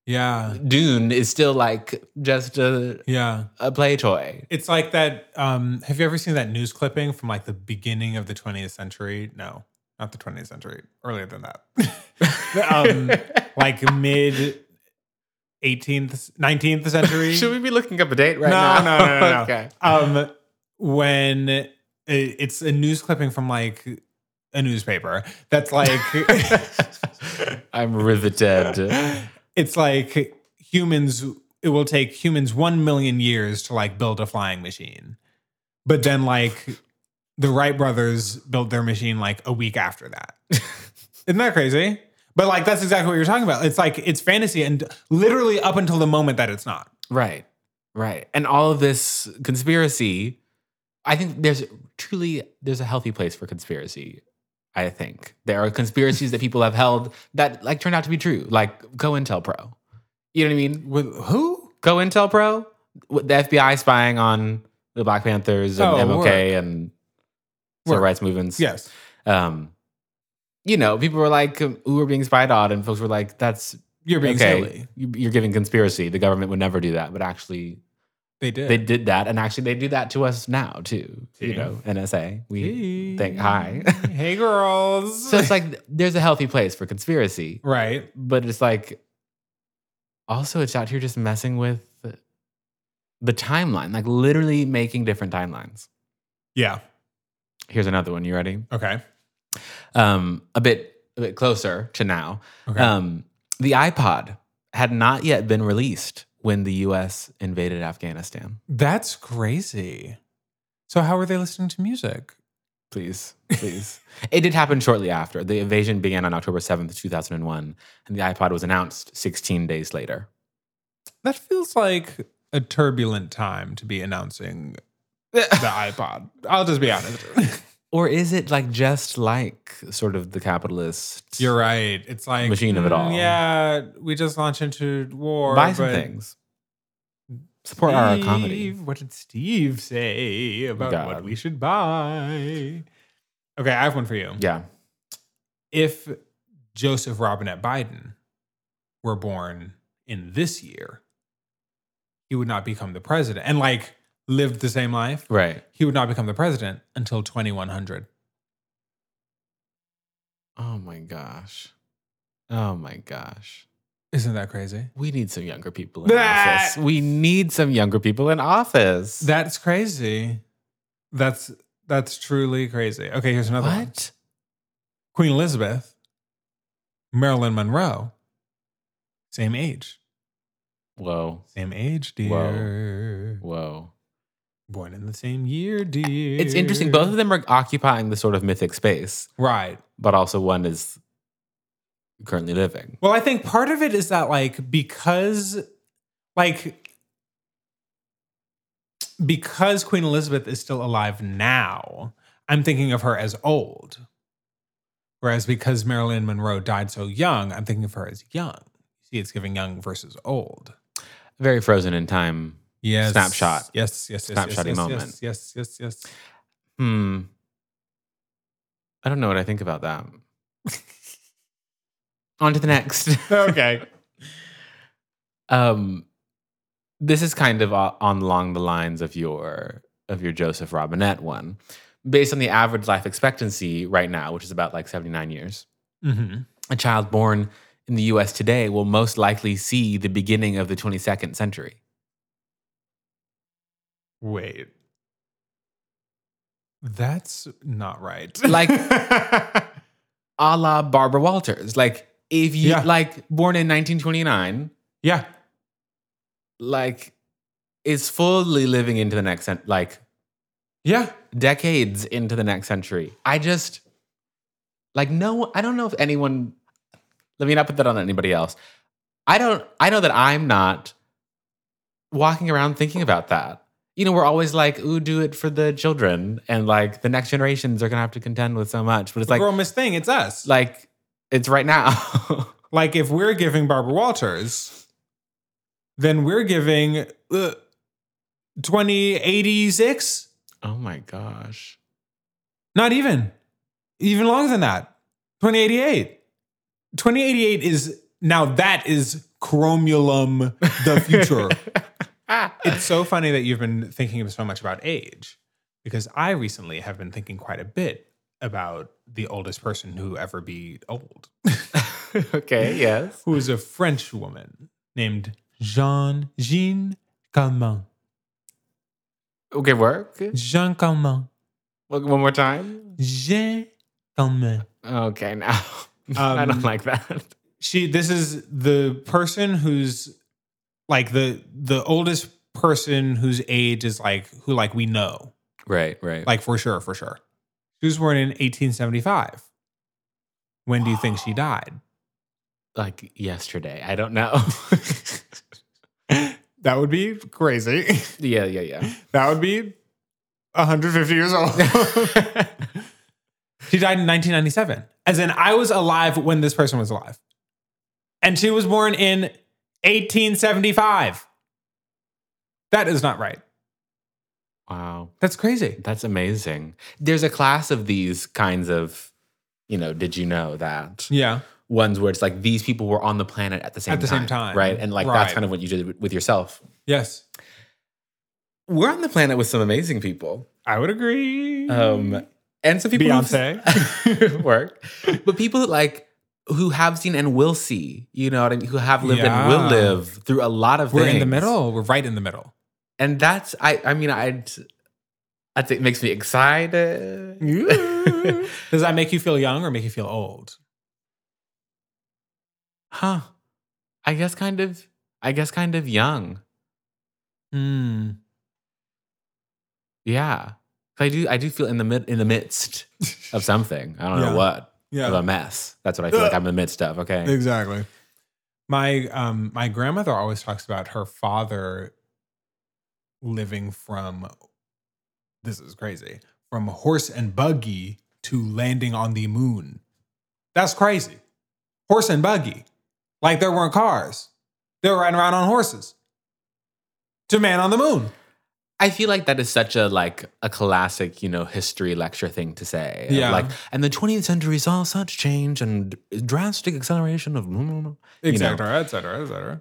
Speaker 2: Yeah.
Speaker 1: Dune is still like just a,
Speaker 2: Yeah.
Speaker 1: a play toy.
Speaker 2: It's like that. Um, have you ever seen that news clipping from like the beginning of the 20th century? No, not the 20th century. Earlier than that. [laughs] um, like mid 18th, 19th
Speaker 1: [laughs] [laughs]
Speaker 2: century.
Speaker 1: Should we be looking up a date right
Speaker 2: No,
Speaker 1: now?
Speaker 2: no,
Speaker 1: [laughs]
Speaker 2: no, no, no.
Speaker 1: okay.
Speaker 2: um, when it, it's a news clipping from like a newspaper that's like [laughs]
Speaker 1: I'm riveted.
Speaker 2: it's like humans it will take humans 1 million years to like build a flying machine but then like the wright brothers built their machine like a week after that [laughs] isn't that crazy but like that's exactly what you're talking about it's like it's fantasy and literally up until the moment that it's not
Speaker 1: Right. Right. And all of this conspiracy, I think there's truly there's a healthy place for conspiracy. I think there are conspiracies that people have held that like turned out to be true, like COINTELPRO. You know what I mean?
Speaker 2: with who
Speaker 1: COINTELPRO, with the FBI spying on the Black Panthers and
Speaker 2: Oh,
Speaker 1: MLK
Speaker 2: work.
Speaker 1: and civil
Speaker 2: Work.
Speaker 1: rights movements.
Speaker 2: yes
Speaker 1: Um, you know, people were like, um, "We were being spied on," and folks were like, "That's
Speaker 2: you're being
Speaker 1: okay.
Speaker 2: silly
Speaker 1: You- You're giving conspiracy. The government would never do that, but actually,
Speaker 2: they did
Speaker 1: they did that, and actually, they do that to us now too. You
Speaker 2: See?
Speaker 1: know, NSA. We
Speaker 2: Hey.
Speaker 1: think hi. [laughs]
Speaker 2: hey girls
Speaker 1: so it's like there's a healthy place for conspiracy,
Speaker 2: right
Speaker 1: but it's like also it's out here just messing with the timeline, like literally making different timelines.
Speaker 2: yeah
Speaker 1: Here's another one. You ready?
Speaker 2: okay
Speaker 1: Um, a bit a bit closer to now.
Speaker 2: okay
Speaker 1: Um, the iPod had not yet been released when the US invaded Afghanistan.
Speaker 2: That's crazy. So how were they listening to music?
Speaker 1: Please,
Speaker 2: [laughs]
Speaker 1: please. it did happen shortly after. The invasion began on October 7th, 2001, and the iPod was announced 16 days later.
Speaker 2: That feels like a turbulent time to be announcing the
Speaker 1: [laughs]
Speaker 2: iPod. I'll just be honest.
Speaker 1: Or is it like just like sort of the capitalist
Speaker 2: You're right. It's like
Speaker 1: Machine of it
Speaker 2: mm,
Speaker 1: all.
Speaker 2: Yeah, we just launched into war.
Speaker 1: buy some
Speaker 2: but
Speaker 1: things? Support our economy.
Speaker 2: Steve, What did Steve say about
Speaker 1: God.
Speaker 2: what we should buy? Okay, I have one for you.
Speaker 1: Yeah.
Speaker 2: If Joseph Robinette Biden were born in this year, he would not become the president and like lived the same life.
Speaker 1: Right.
Speaker 2: He would not become the president until 2100.
Speaker 1: Oh my gosh. Oh my gosh.
Speaker 2: Isn't that crazy?
Speaker 1: We need some younger people in
Speaker 2: That-
Speaker 1: office. We need some younger people in office.
Speaker 2: That's crazy. That's that's truly crazy. Okay, here's another one.
Speaker 1: What?
Speaker 2: Queen Elizabeth, Marilyn Monroe, same age.
Speaker 1: Whoa.
Speaker 2: Same age,
Speaker 1: Whoa.
Speaker 2: dear.
Speaker 1: Whoa.
Speaker 2: Born in the same year, dear.
Speaker 1: It's interesting. Both of them are occupying the sort of mythic space,
Speaker 2: Right.
Speaker 1: but also one is currently living.
Speaker 2: Well, I think part of it is that like because like because Queen Elizabeth is still alive now, I'm thinking of her as old. Whereas because Marilyn Monroe died so young, I'm thinking of her as young. See, it's giving young versus old.
Speaker 1: Very frozen in time.
Speaker 2: Yes.
Speaker 1: Snapshot.
Speaker 2: Yes, yes, yes.
Speaker 1: Snapshotty
Speaker 2: yes, yes,
Speaker 1: moment.
Speaker 2: Yes, yes, yes.
Speaker 1: Hmm. I don't know what I think about that. [laughs] On to the next.
Speaker 2: yes. [laughs] okay.
Speaker 1: Um, this is kind of o- on along the lines of your of your Joseph Robinette one, based on the average life expectancy right now, which is about like seventy nine years.
Speaker 2: hmm
Speaker 1: A child born in the U.S. today will most likely see the beginning of the twenty second century.
Speaker 2: Wait. That's not right.
Speaker 1: Like- a la Barbara Walters. Like if you
Speaker 2: Yeah.
Speaker 1: like born in 1929,
Speaker 2: [laughs] yeah.
Speaker 1: like is fully living into the next cent- like
Speaker 2: Yeah.
Speaker 1: decades into the next century. I just like no, I don't know if anyone. Let me not put that on anybody else. I don't. I know that I'm not walking around thinking about that. You know, we're always like, "Ooh, do it for the children," and like the next generations are gonna have to contend with so much. But it's like,
Speaker 2: Girl, Miss Thing, it's us. Like,
Speaker 1: like it's right
Speaker 2: [laughs]
Speaker 1: now.
Speaker 2: if we're giving Barbara Walters, then we're giving uh, 2086?
Speaker 1: Oh my gosh.
Speaker 2: Not even. Even longer than that. 2088. 2088 is now that is chromulum the future. it's so funny that you've been thinking so much about age because I recently have been thinking quite a bit about the oldest person who ever be old.
Speaker 1: [laughs]
Speaker 2: [laughs]
Speaker 1: okay, yes.
Speaker 2: who is a French woman named Jean Jean Calment.
Speaker 1: Okay, work.
Speaker 2: Jean Calment.
Speaker 1: Look one more time.
Speaker 2: Jean Calment.
Speaker 1: Okay, now. [laughs] I
Speaker 2: Um,
Speaker 1: don't like that.
Speaker 2: She this is the person who's like the the oldest person whose age is like who like we know.
Speaker 1: Right, right.
Speaker 2: Like for sure, for sure. She was born in 1875. When do you think she died?
Speaker 1: Like yesterday. I don't know.
Speaker 2: [gasps]
Speaker 1: [laughs]
Speaker 2: That would be crazy. [laughs]
Speaker 1: yeah, yeah, yeah.
Speaker 2: That would be 150 years old. [laughs] she died in 1997. As in, I was alive when this person was alive. And she was born in 1875. That is not right.
Speaker 1: [laughs] Wow.
Speaker 2: That's crazy.
Speaker 1: That's amazing. There's a class of these kinds of, you know, did you know that?
Speaker 2: Yeah.
Speaker 1: Ones where it's like these people were on the planet at the same
Speaker 2: At the
Speaker 1: time.
Speaker 2: same time.
Speaker 1: Right. And like that's
Speaker 2: Right.
Speaker 1: kind of what you did with yourself.
Speaker 2: Yes.
Speaker 1: We're on the planet with some amazing people.
Speaker 2: I would agree.
Speaker 1: um, and some people who've- [laughs] work, but people that like who have seen and will see, you know what I mean, who have lived and will
Speaker 2: Yeah.
Speaker 1: live through a lot of
Speaker 2: We're
Speaker 1: things.
Speaker 2: in the middle. We're right in the middle.
Speaker 1: and that's I. I mean, I. I think it makes me excited.
Speaker 2: [laughs] Does that make you feel young or make you feel old?
Speaker 1: huh? I guess kind of. I guess kind of young.
Speaker 2: Hmm.
Speaker 1: Yeah, 'Cause I do. I do feel in the mid in the midst of something. I don't know
Speaker 2: Yeah.
Speaker 1: what of
Speaker 2: Yeah.
Speaker 1: a mess. That's what I feel like I'm in the midst of. Okay.
Speaker 2: Exactly. My um my grandmother always talks about her father living from this is crazy. From horse and buggy to landing on the moon. That's crazy. Horse and buggy. Like there weren't cars. They were riding around on horses. To man on the moon.
Speaker 1: I feel like that is such a like a classic, you know, history lecture thing to say. of
Speaker 2: Yeah.
Speaker 1: Like, and the 20th century saw such change and drastic acceleration of. blah, blah, blah."
Speaker 2: Et
Speaker 1: You know.
Speaker 2: cetera, et cetera, et cetera.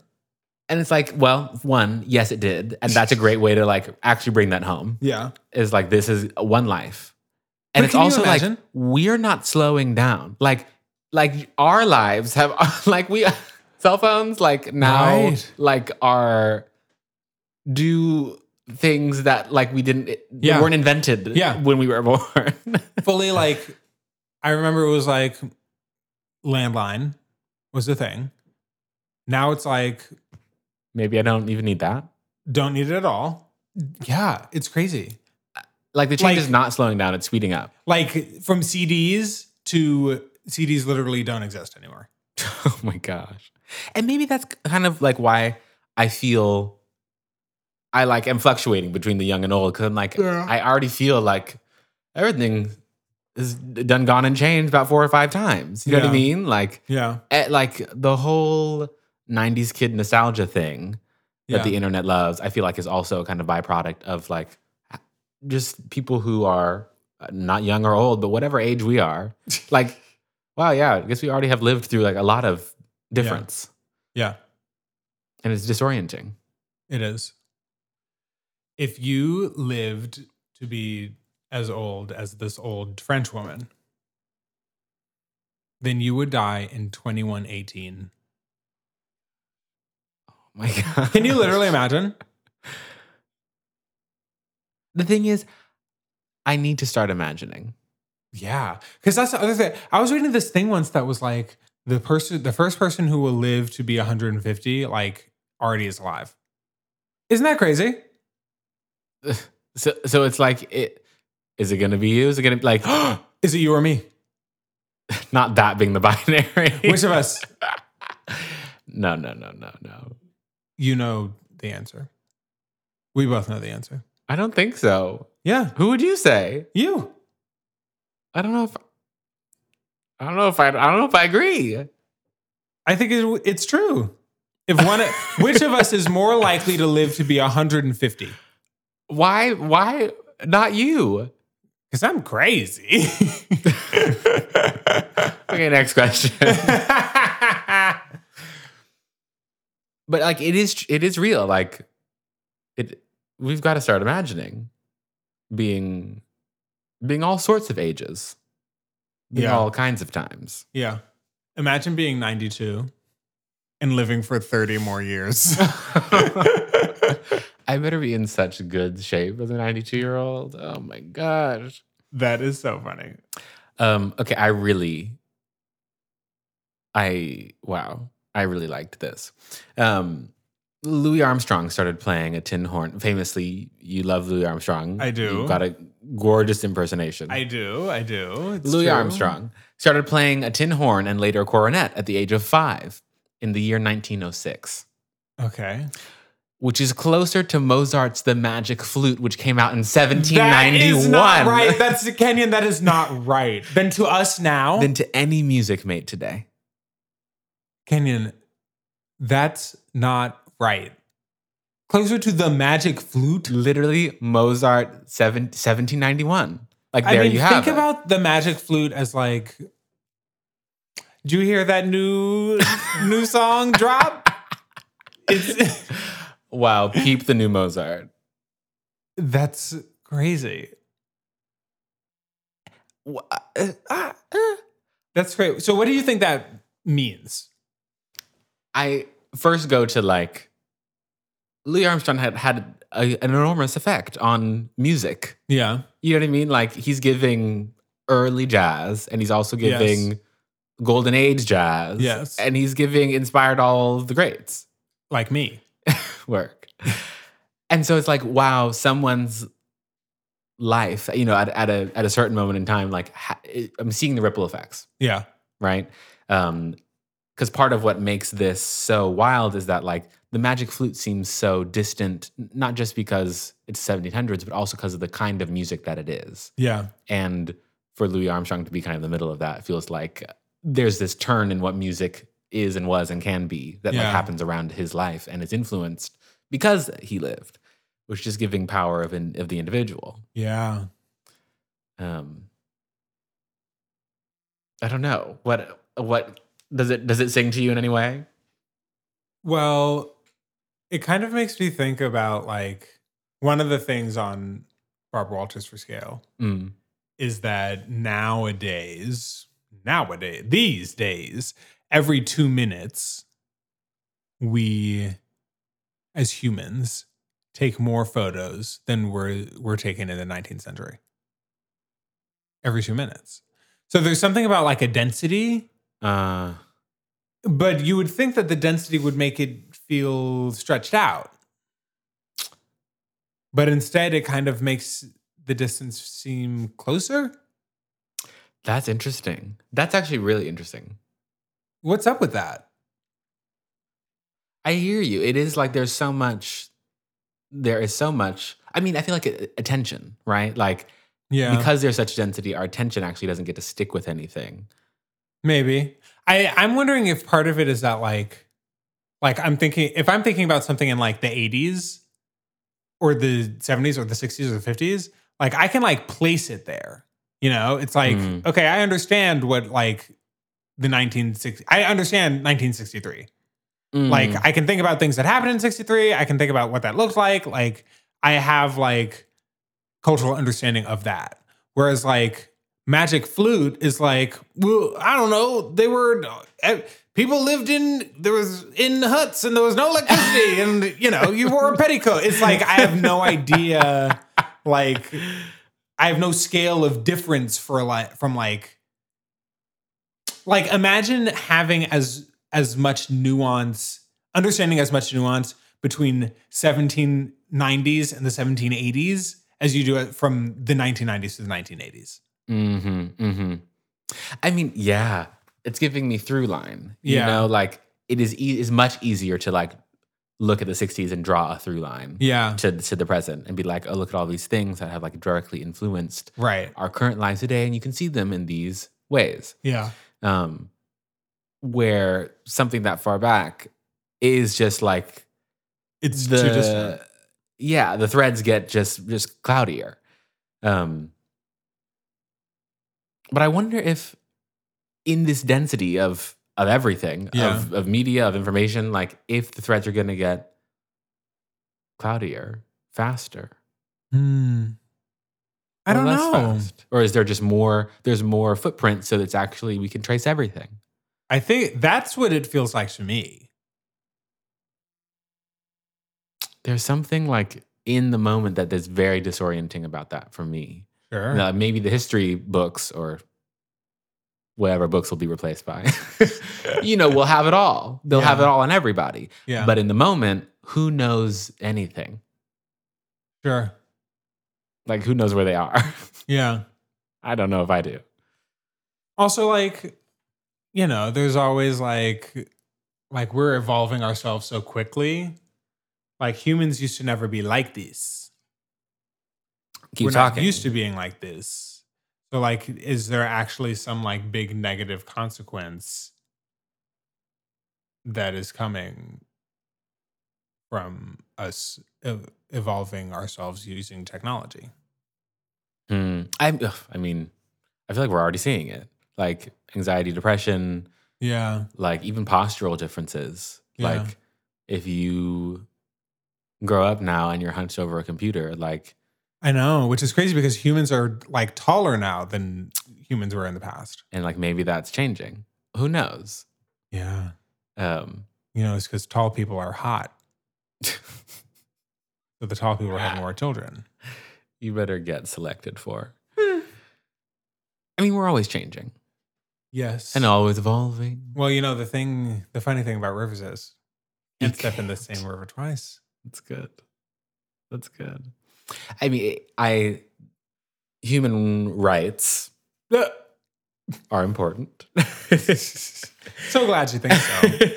Speaker 1: And it's like, well, one, yes, it did, and that's a great way to like actually bring that home.
Speaker 2: Yeah.
Speaker 1: Is like this is one life, and
Speaker 2: But
Speaker 1: it's
Speaker 2: can you
Speaker 1: also like
Speaker 2: imagine?
Speaker 1: we're not slowing down. Like, like our lives have [laughs] like we cell phones like now
Speaker 2: Right.
Speaker 1: like are do things that like we didn't that
Speaker 2: Yeah.
Speaker 1: weren't invented
Speaker 2: Yeah.
Speaker 1: when we were [laughs] born.
Speaker 2: fully like I remember it was like landline was the thing. Now it's like
Speaker 1: Maybe I don't even need that.
Speaker 2: don't need it at all. Yeah, it's crazy.
Speaker 1: Like the change
Speaker 2: Like-
Speaker 1: is not slowing down, it's speeding
Speaker 2: [laughs]
Speaker 1: up.
Speaker 2: Like from CDs to CDs literally don't exist anymore.
Speaker 1: Oh my gosh. And maybe that's kind of like why I feel I like am fluctuating between the young and old because I'm like,
Speaker 2: Yeah.
Speaker 1: I already feel like everything is done, gone, and changed about four or five times. You know what I
Speaker 2: Yeah.
Speaker 1: mean? Like,
Speaker 2: Yeah.
Speaker 1: eh, like the whole 90s kid nostalgia thing
Speaker 2: Yeah.
Speaker 1: that the internet loves, I feel like is also a kind of byproduct of like just people who are uh, not young or old, but whatever age we
Speaker 2: [laughs]
Speaker 1: are. like, wow, yeah, I guess we already have lived through like a lot of difference
Speaker 2: yeah.
Speaker 1: and it's disorienting. [laughs]
Speaker 2: It is. If you lived to be as old as this old French woman, then you would die in 2118.
Speaker 1: Oh my God.
Speaker 2: Can
Speaker 1: [laughs]
Speaker 2: you literally imagine?
Speaker 1: The thing is, I need to start imagining.
Speaker 2: Yeah. Because that's the other thing. I was reading this thing once that was like the person, the first person who will live to be 150, like already is alive. Isn't that crazy?
Speaker 1: So, so it's like, it, is it going to be you? Is it going to be like, [gasps]
Speaker 2: Is it you or me?
Speaker 1: not that being the binary? [laughs]
Speaker 2: Which of us?
Speaker 1: no, no, no, no, no.
Speaker 2: You know the answer. We both know the answer.
Speaker 1: I don't think so.
Speaker 2: Yeah.
Speaker 1: Who would you say?
Speaker 2: You.
Speaker 1: I don't know if I don't know if I I don't know if I agree.
Speaker 2: I think it, it's true. If one, which of us is more likely to live to be 150?
Speaker 1: Why why not you?
Speaker 2: Because I'm crazy.
Speaker 1: Okay, next question.
Speaker 2: yeah,
Speaker 1: but like it is it is real. Like it we've got to start imagining being being all sorts of ages. Being
Speaker 2: Yeah.
Speaker 1: all kinds of times.
Speaker 2: imagine being 92 and living for 30 more years.
Speaker 1: [laughs] I better be in such good shape as a 92 year old. Oh my gosh.
Speaker 2: that is so funny.
Speaker 1: Um, okay, I really, I wow, I really liked this. Um, Louis Armstrong started playing a tin horn. Famously, you love Louis Armstrong.
Speaker 2: I do.
Speaker 1: You've got a gorgeous impersonation.
Speaker 2: I do. I do. It's
Speaker 1: Louis
Speaker 2: true.
Speaker 1: Armstrong started playing a tin horn and later a coronet at the age of five in the year 1906,
Speaker 2: Okay.
Speaker 1: which is closer to Mozart's The Magic Flute, which came out in
Speaker 2: That
Speaker 1: 1791.
Speaker 2: is not right. That's Kenyon. That is not right. Then to us now.
Speaker 1: Than to any music made today.
Speaker 2: Kenyon, that's not right. Closer to the magic flute.
Speaker 1: literally Mozart seven, 1791. Like
Speaker 2: I
Speaker 1: there
Speaker 2: mean,
Speaker 1: you have
Speaker 2: think
Speaker 1: it.
Speaker 2: about the magic flute as like. Do you hear that new new
Speaker 1: [laughs]
Speaker 2: song drop? It's
Speaker 1: wow, peep the new Mozart.
Speaker 2: that's crazy.
Speaker 1: Wha- uh, uh, uh.
Speaker 2: That's great. So, what do you think that means?
Speaker 1: I first go to like Louis Armstrong had had a, an enormous effect on music.
Speaker 2: Yeah,
Speaker 1: You know what I mean? Like he's giving early jazz, and he's also
Speaker 2: Yes.
Speaker 1: giving golden age jazz.
Speaker 2: Yes.
Speaker 1: and he's giving inspired all the greats.
Speaker 2: like me.
Speaker 1: work. And so it's like, wow, someone's life, you know, at, at a at a certain moment in time, like ha- it- I'm seeing the ripple effects,
Speaker 2: Yeah,
Speaker 1: right? Um, because part of what makes this so wild is that like the magic flute seems so distant, n- not just because it's 1700s, but also because of the kind of music that it is.
Speaker 2: yeah,
Speaker 1: And for Louis Armstrong to be kind of the middle of that feels like there's this turn in what music is and was and can be that like
Speaker 2: Yeah.
Speaker 1: happens around his life and is influenced because he lived, which is giving power of in, of the individual.
Speaker 2: yeah.
Speaker 1: Um, I don't know what what does it does it sing to you in any way?
Speaker 2: Well, it kind of makes me think about like one of the things on Barbara Walters for Scale
Speaker 1: Mm.
Speaker 2: is that nowadays, nowadays, these days, every two minutes, we as humans take more photos than were were taken in the 19th century. Every two minutes. So there's something about like a density,
Speaker 1: Uh,
Speaker 2: but you would think that the density would make it feel stretched out. But instead it kind of makes the distance seem closer.
Speaker 1: that's interesting. That's actually really interesting.
Speaker 2: What's up with that?
Speaker 1: I hear you. It is like there's so much. There is so much. I mean, I feel like a- attention, right? Like
Speaker 2: Yeah.
Speaker 1: because there's such density, our attention actually doesn't get to stick with anything.
Speaker 2: Maybe. I I'm wondering if part of it is that like like I'm thinking if I'm thinking about something in like the 80s or the 70s or the 60s or the 50s, like I can like place it there. You know, it's like
Speaker 1: Mm.
Speaker 2: okay, I understand what like the 1960 I understand 1963. Like
Speaker 1: Mm.
Speaker 2: I can think about things that happened in 63, I can think about what that looked like, like I have like cultural understanding of that. Whereas like Magic Flute is like, well, I don't know, they were eh, people lived in there was in huts and there was no electricity and you know, you wore a petticoat. It's like I have no idea like I have no scale of difference for like from like like imagine having as as much nuance understanding as much nuance between 1790s and the 1780s as you do it from the 1990s to the 1980s
Speaker 1: Mm-hmm. Mm-hmm. I mean, yeah, it's giving me through line.
Speaker 2: Yeah.
Speaker 1: You know, like it is e- is much easier to like look at the '60s and draw a through line
Speaker 2: yeah
Speaker 1: to to the present and be like, oh, look at all these things that have like directly influenced
Speaker 2: right
Speaker 1: our current lives today, and you can see them in these ways.
Speaker 2: yeah
Speaker 1: Um, where something that far back is just like
Speaker 2: it's
Speaker 1: the
Speaker 2: too distant
Speaker 1: yeah the threads get just just cloudier um but i wonder if in this density of of everything
Speaker 2: Yeah.
Speaker 1: of of media of information like if the threads are going to get cloudier faster
Speaker 2: Hmm. i
Speaker 1: or
Speaker 2: don't
Speaker 1: less
Speaker 2: know
Speaker 1: fast? or is there just more there's more footprint so that's actually we can trace everything
Speaker 2: i think that's what it feels like to me
Speaker 1: there's something like in the moment that is very disorienting about that for me
Speaker 2: sure
Speaker 1: Now, maybe the history books or whatever books will be replaced
Speaker 2: [laughs]
Speaker 1: by, you know, we'll have it all. They'll have
Speaker 2: Yeah.
Speaker 1: it all on everybody.
Speaker 2: yeah
Speaker 1: But in the moment, who knows anything?
Speaker 2: sure
Speaker 1: Like, who knows where they are? [laughs]
Speaker 2: yeah
Speaker 1: I don't know if I do.
Speaker 2: also like you know there's always like like we're evolving ourselves so quickly like humans used to never be like this
Speaker 1: Keep
Speaker 2: we're
Speaker 1: talking.
Speaker 2: not used to being like this so like is there actually some like big negative consequence that is coming from us ev- evolving ourselves using technology
Speaker 1: Hmm. I'm, ugh, I mean, I feel like we're already seeing it. Like anxiety, depression,
Speaker 2: yeah
Speaker 1: like even postural differences.
Speaker 2: Yeah.
Speaker 1: Like if you grow up now and you're hunched over a computer, like
Speaker 2: i know which is crazy because humans are like taller now than humans were in the past
Speaker 1: and like maybe that's changing. Who knows?
Speaker 2: yeah
Speaker 1: Um,
Speaker 2: You know, it's because tall people are
Speaker 1: [laughs]
Speaker 2: hot. So the tall people have more children.
Speaker 1: you better get selected [laughs] for. I mean, we're always changing
Speaker 2: Yes.
Speaker 1: and always evolving.
Speaker 2: Well, you know, the thing, the funny thing about rivers is you
Speaker 1: You
Speaker 2: can't step in the
Speaker 1: can't.
Speaker 2: same river twice.
Speaker 1: That's good. That's good. I mean, I human [laughs] rights are important.
Speaker 2: So glad you
Speaker 1: [laughs]
Speaker 2: think so.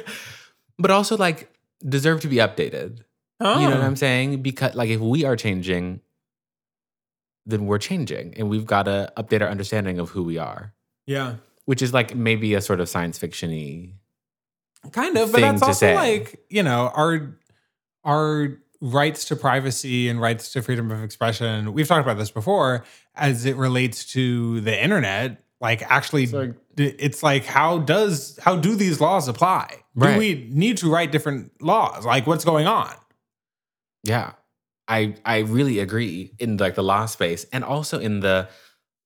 Speaker 1: but also like deserve to be updated.
Speaker 2: oh.
Speaker 1: You know what I'm saying? Because like if we are changing, then we're changing and we've got to update our understanding of who we are,
Speaker 2: Yeah.
Speaker 1: which is like maybe a sort of science fiction-y.
Speaker 2: Kind of, but
Speaker 1: Thing
Speaker 2: that's
Speaker 1: to
Speaker 2: also
Speaker 1: say.
Speaker 2: like, you know, our our rights to privacy and rights to freedom of expression. We've talked about this before as it relates to the internet, like actually
Speaker 1: like-
Speaker 2: d- it's like how does how do these laws apply?
Speaker 1: Right.
Speaker 2: Do we need to write different laws? Like what's going on?
Speaker 1: Yeah. I I really agree in like the law space and also in the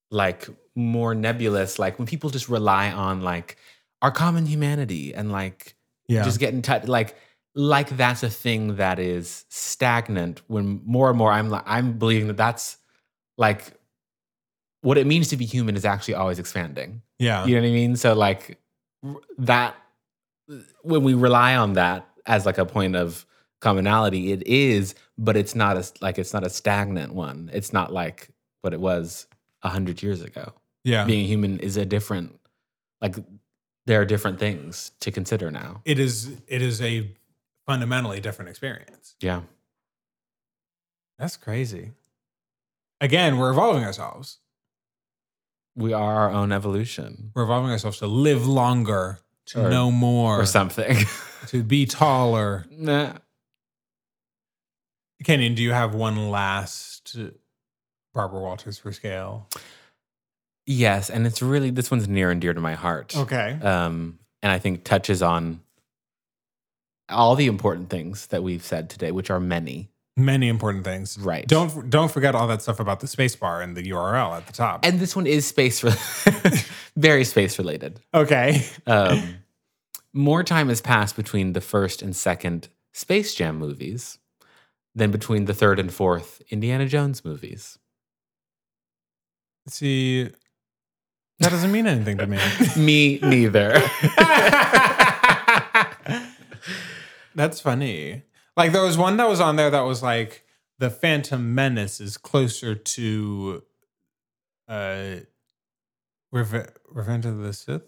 Speaker 1: like more nebulous like when people just rely on like our common humanity and like
Speaker 2: Yeah.
Speaker 1: just get in touch like like that's a thing that is stagnant when more and more I'm like I'm believing that that's like what it means to be human is actually always expanding.
Speaker 2: Yeah.
Speaker 1: You know what I mean? So like r- that when we rely on that as like a point of commonality, it is, but it's not as like it's not a stagnant one. It's not like what it was a hundred years ago.
Speaker 2: Yeah.
Speaker 1: Being human is a different like there are different things to consider now.
Speaker 2: It is it is a fundamentally different experience.
Speaker 1: Yeah.
Speaker 2: That's crazy. Again, we're evolving ourselves.
Speaker 1: We are our own evolution.
Speaker 2: We're evolving ourselves to live longer, to
Speaker 1: Or-
Speaker 2: know more,
Speaker 1: Or something. [laughs]
Speaker 2: to be taller.
Speaker 1: nah.
Speaker 2: Kenyon, do you have one last Barbara Walters for scale?
Speaker 1: Yes, and it's really this one's near and dear to my heart.
Speaker 2: Okay.
Speaker 1: um, and I think touches on all the important things that we've said today, which are many.
Speaker 2: Many important things.
Speaker 1: Right.
Speaker 2: Don't don't forget all that stuff about the space bar and the URL at the top.
Speaker 1: And this one is space, re- [laughs] very space related.
Speaker 2: okay.
Speaker 1: Um, more time has passed between the first and second Space Jam movies than between the third and fourth Indiana Jones movies.
Speaker 2: See, that doesn't mean anything to [laughs] me.
Speaker 1: [laughs] Me neither. [laughs]
Speaker 2: That's funny. Like there was one that was on there that was like the Phantom Menace is closer to uh Reve- Revenge of the Sith.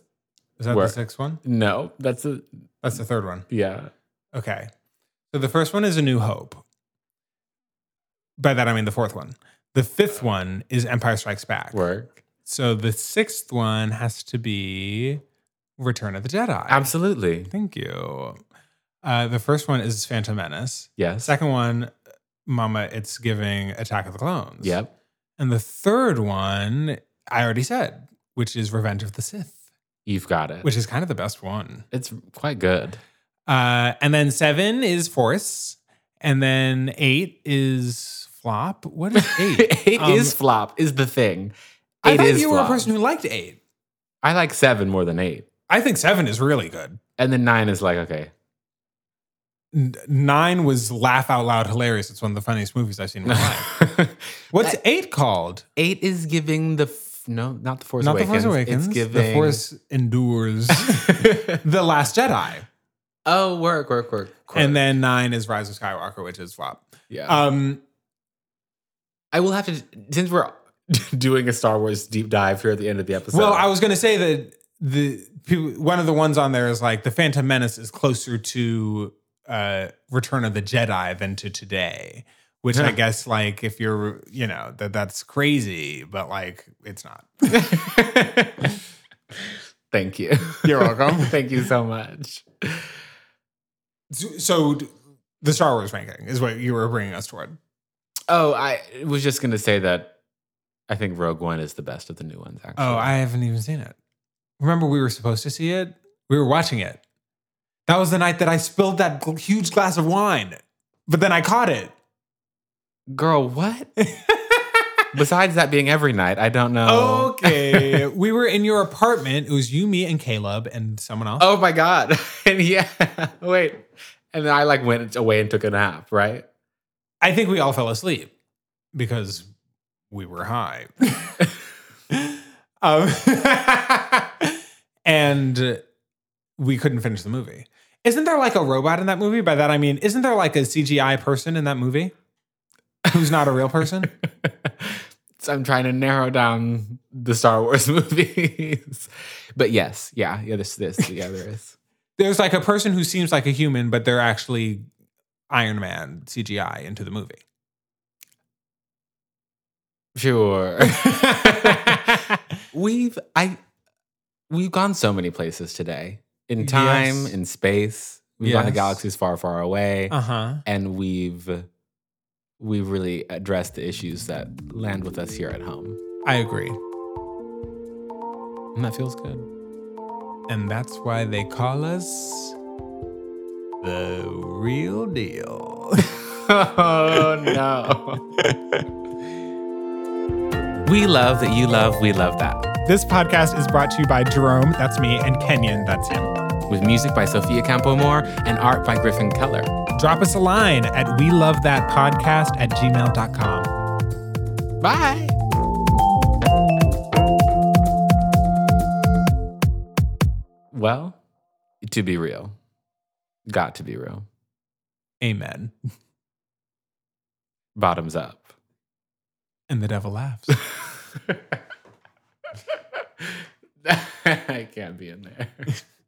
Speaker 2: Is that
Speaker 1: Where-
Speaker 2: the sixth one?
Speaker 1: no, that's a
Speaker 2: That's the third one.
Speaker 1: yeah.
Speaker 2: Okay. So the first one is A New Hope. By that I mean the fourth one. The fifth one is Empire Strikes Back.
Speaker 1: Work.
Speaker 2: So the sixth one has to be Return of the Jedi.
Speaker 1: Absolutely.
Speaker 2: Thank you. Uh, the first one is Phantom Menace. The
Speaker 1: Yes.
Speaker 2: second one, Mama, it's giving Attack of the Clones.
Speaker 1: Yep.
Speaker 2: And the third one, I already said, which is Revenge of the Sith,
Speaker 1: You've got it.
Speaker 2: which is kind of the best one.
Speaker 1: It's quite good.
Speaker 2: Uh, and then seven is Force. And then eight is Flop. What is
Speaker 1: [laughs]
Speaker 2: eight?
Speaker 1: Eight
Speaker 2: Um,
Speaker 1: is flop is the thing.
Speaker 2: I
Speaker 1: Eight
Speaker 2: thought
Speaker 1: is
Speaker 2: you were
Speaker 1: flop.
Speaker 2: a person who liked eight.
Speaker 1: I like seven more than eight,
Speaker 2: I think seven is really good.
Speaker 1: and then nine is like okay.
Speaker 2: N- Nine was laugh out loud hilarious. It's one of the funniest movies I've seen
Speaker 1: [laughs]
Speaker 2: in my life. What's eight called?
Speaker 1: eight is giving the f- no, not the Force
Speaker 2: Not
Speaker 1: Awakens.
Speaker 2: the Force Awakens.
Speaker 1: It's giving
Speaker 2: The [laughs] Force endures. the Last Jedi,
Speaker 1: [laughs] oh, work, work, work, quirk.
Speaker 2: and then nine is Rise of Skywalker, which is flop.
Speaker 1: yeah.
Speaker 2: Um,
Speaker 1: I will have to since we're [laughs] doing a Star Wars deep dive here at the end of the episode.
Speaker 2: well, I was going to say that the people, one of the ones on there is like the Phantom Menace is closer to uh, Return of the Jedi than to today, which I
Speaker 1: Huh.
Speaker 2: guess like if you're you know that that's crazy, but like it's not. [laughs]
Speaker 1: thank [laughs] you.
Speaker 2: You're welcome.
Speaker 1: thank you so much.
Speaker 2: So- So d- the Star Wars ranking is what you were bringing us toward.
Speaker 1: Oh, I was just gonna say that I think Rogue One is the best of the new ones. Actually,
Speaker 2: Oh, I haven't even seen it. Remember, we were supposed to see it. We were watching it. That was the night that I spilled that gl- huge glass of wine, but then I caught it.
Speaker 1: girl, [laughs] what? Besides that being every night, I don't know.
Speaker 2: Okay, [laughs] we were in your apartment. It was you, me, and Caleb, and someone else.
Speaker 1: Oh my god! [laughs] and yeah, wait. And then I like went away and took a nap. Right? [laughs]
Speaker 2: I think we all fell asleep because we were high. um, [laughs] and we couldn't finish the movie. Isn't there like a robot in that movie? By that I mean, isn't there like a CGI person in that movie who's not a real person?
Speaker 1: so I'm trying to narrow down the Star Wars [laughs] movies. but yes, yeah, yeah. There's this. Yeah, there is.
Speaker 2: There's like a person who seems like a human, but they're actually Iron Man CGI into the movie. [laughs]
Speaker 1: Sure. we've I we've gone so many places today in time,
Speaker 2: Yes.
Speaker 1: in space. We've gone to
Speaker 2: Yes.
Speaker 1: galaxies far, far away,
Speaker 2: Uh huh.
Speaker 1: and we've we've really addressed the issues that land with us here at home,
Speaker 2: I agree.
Speaker 1: and that feels good.
Speaker 2: And that's why they call us the real deal. [laughs]
Speaker 1: oh no. [laughs] we love that you love. We love that.
Speaker 2: this podcast is brought to you by Jerome, that's me, and Kenyon, that's him.
Speaker 1: with music by Sophia Campomore and art by Griffin Keller.
Speaker 2: Drop us a line at we love that podcast at gmail.com.
Speaker 1: Bye. Well, to be real, got to be real.
Speaker 2: Amen. [laughs]
Speaker 1: Bottoms [laughs] up.
Speaker 2: And the devil laughs.
Speaker 1: I can't be in there. [laughs]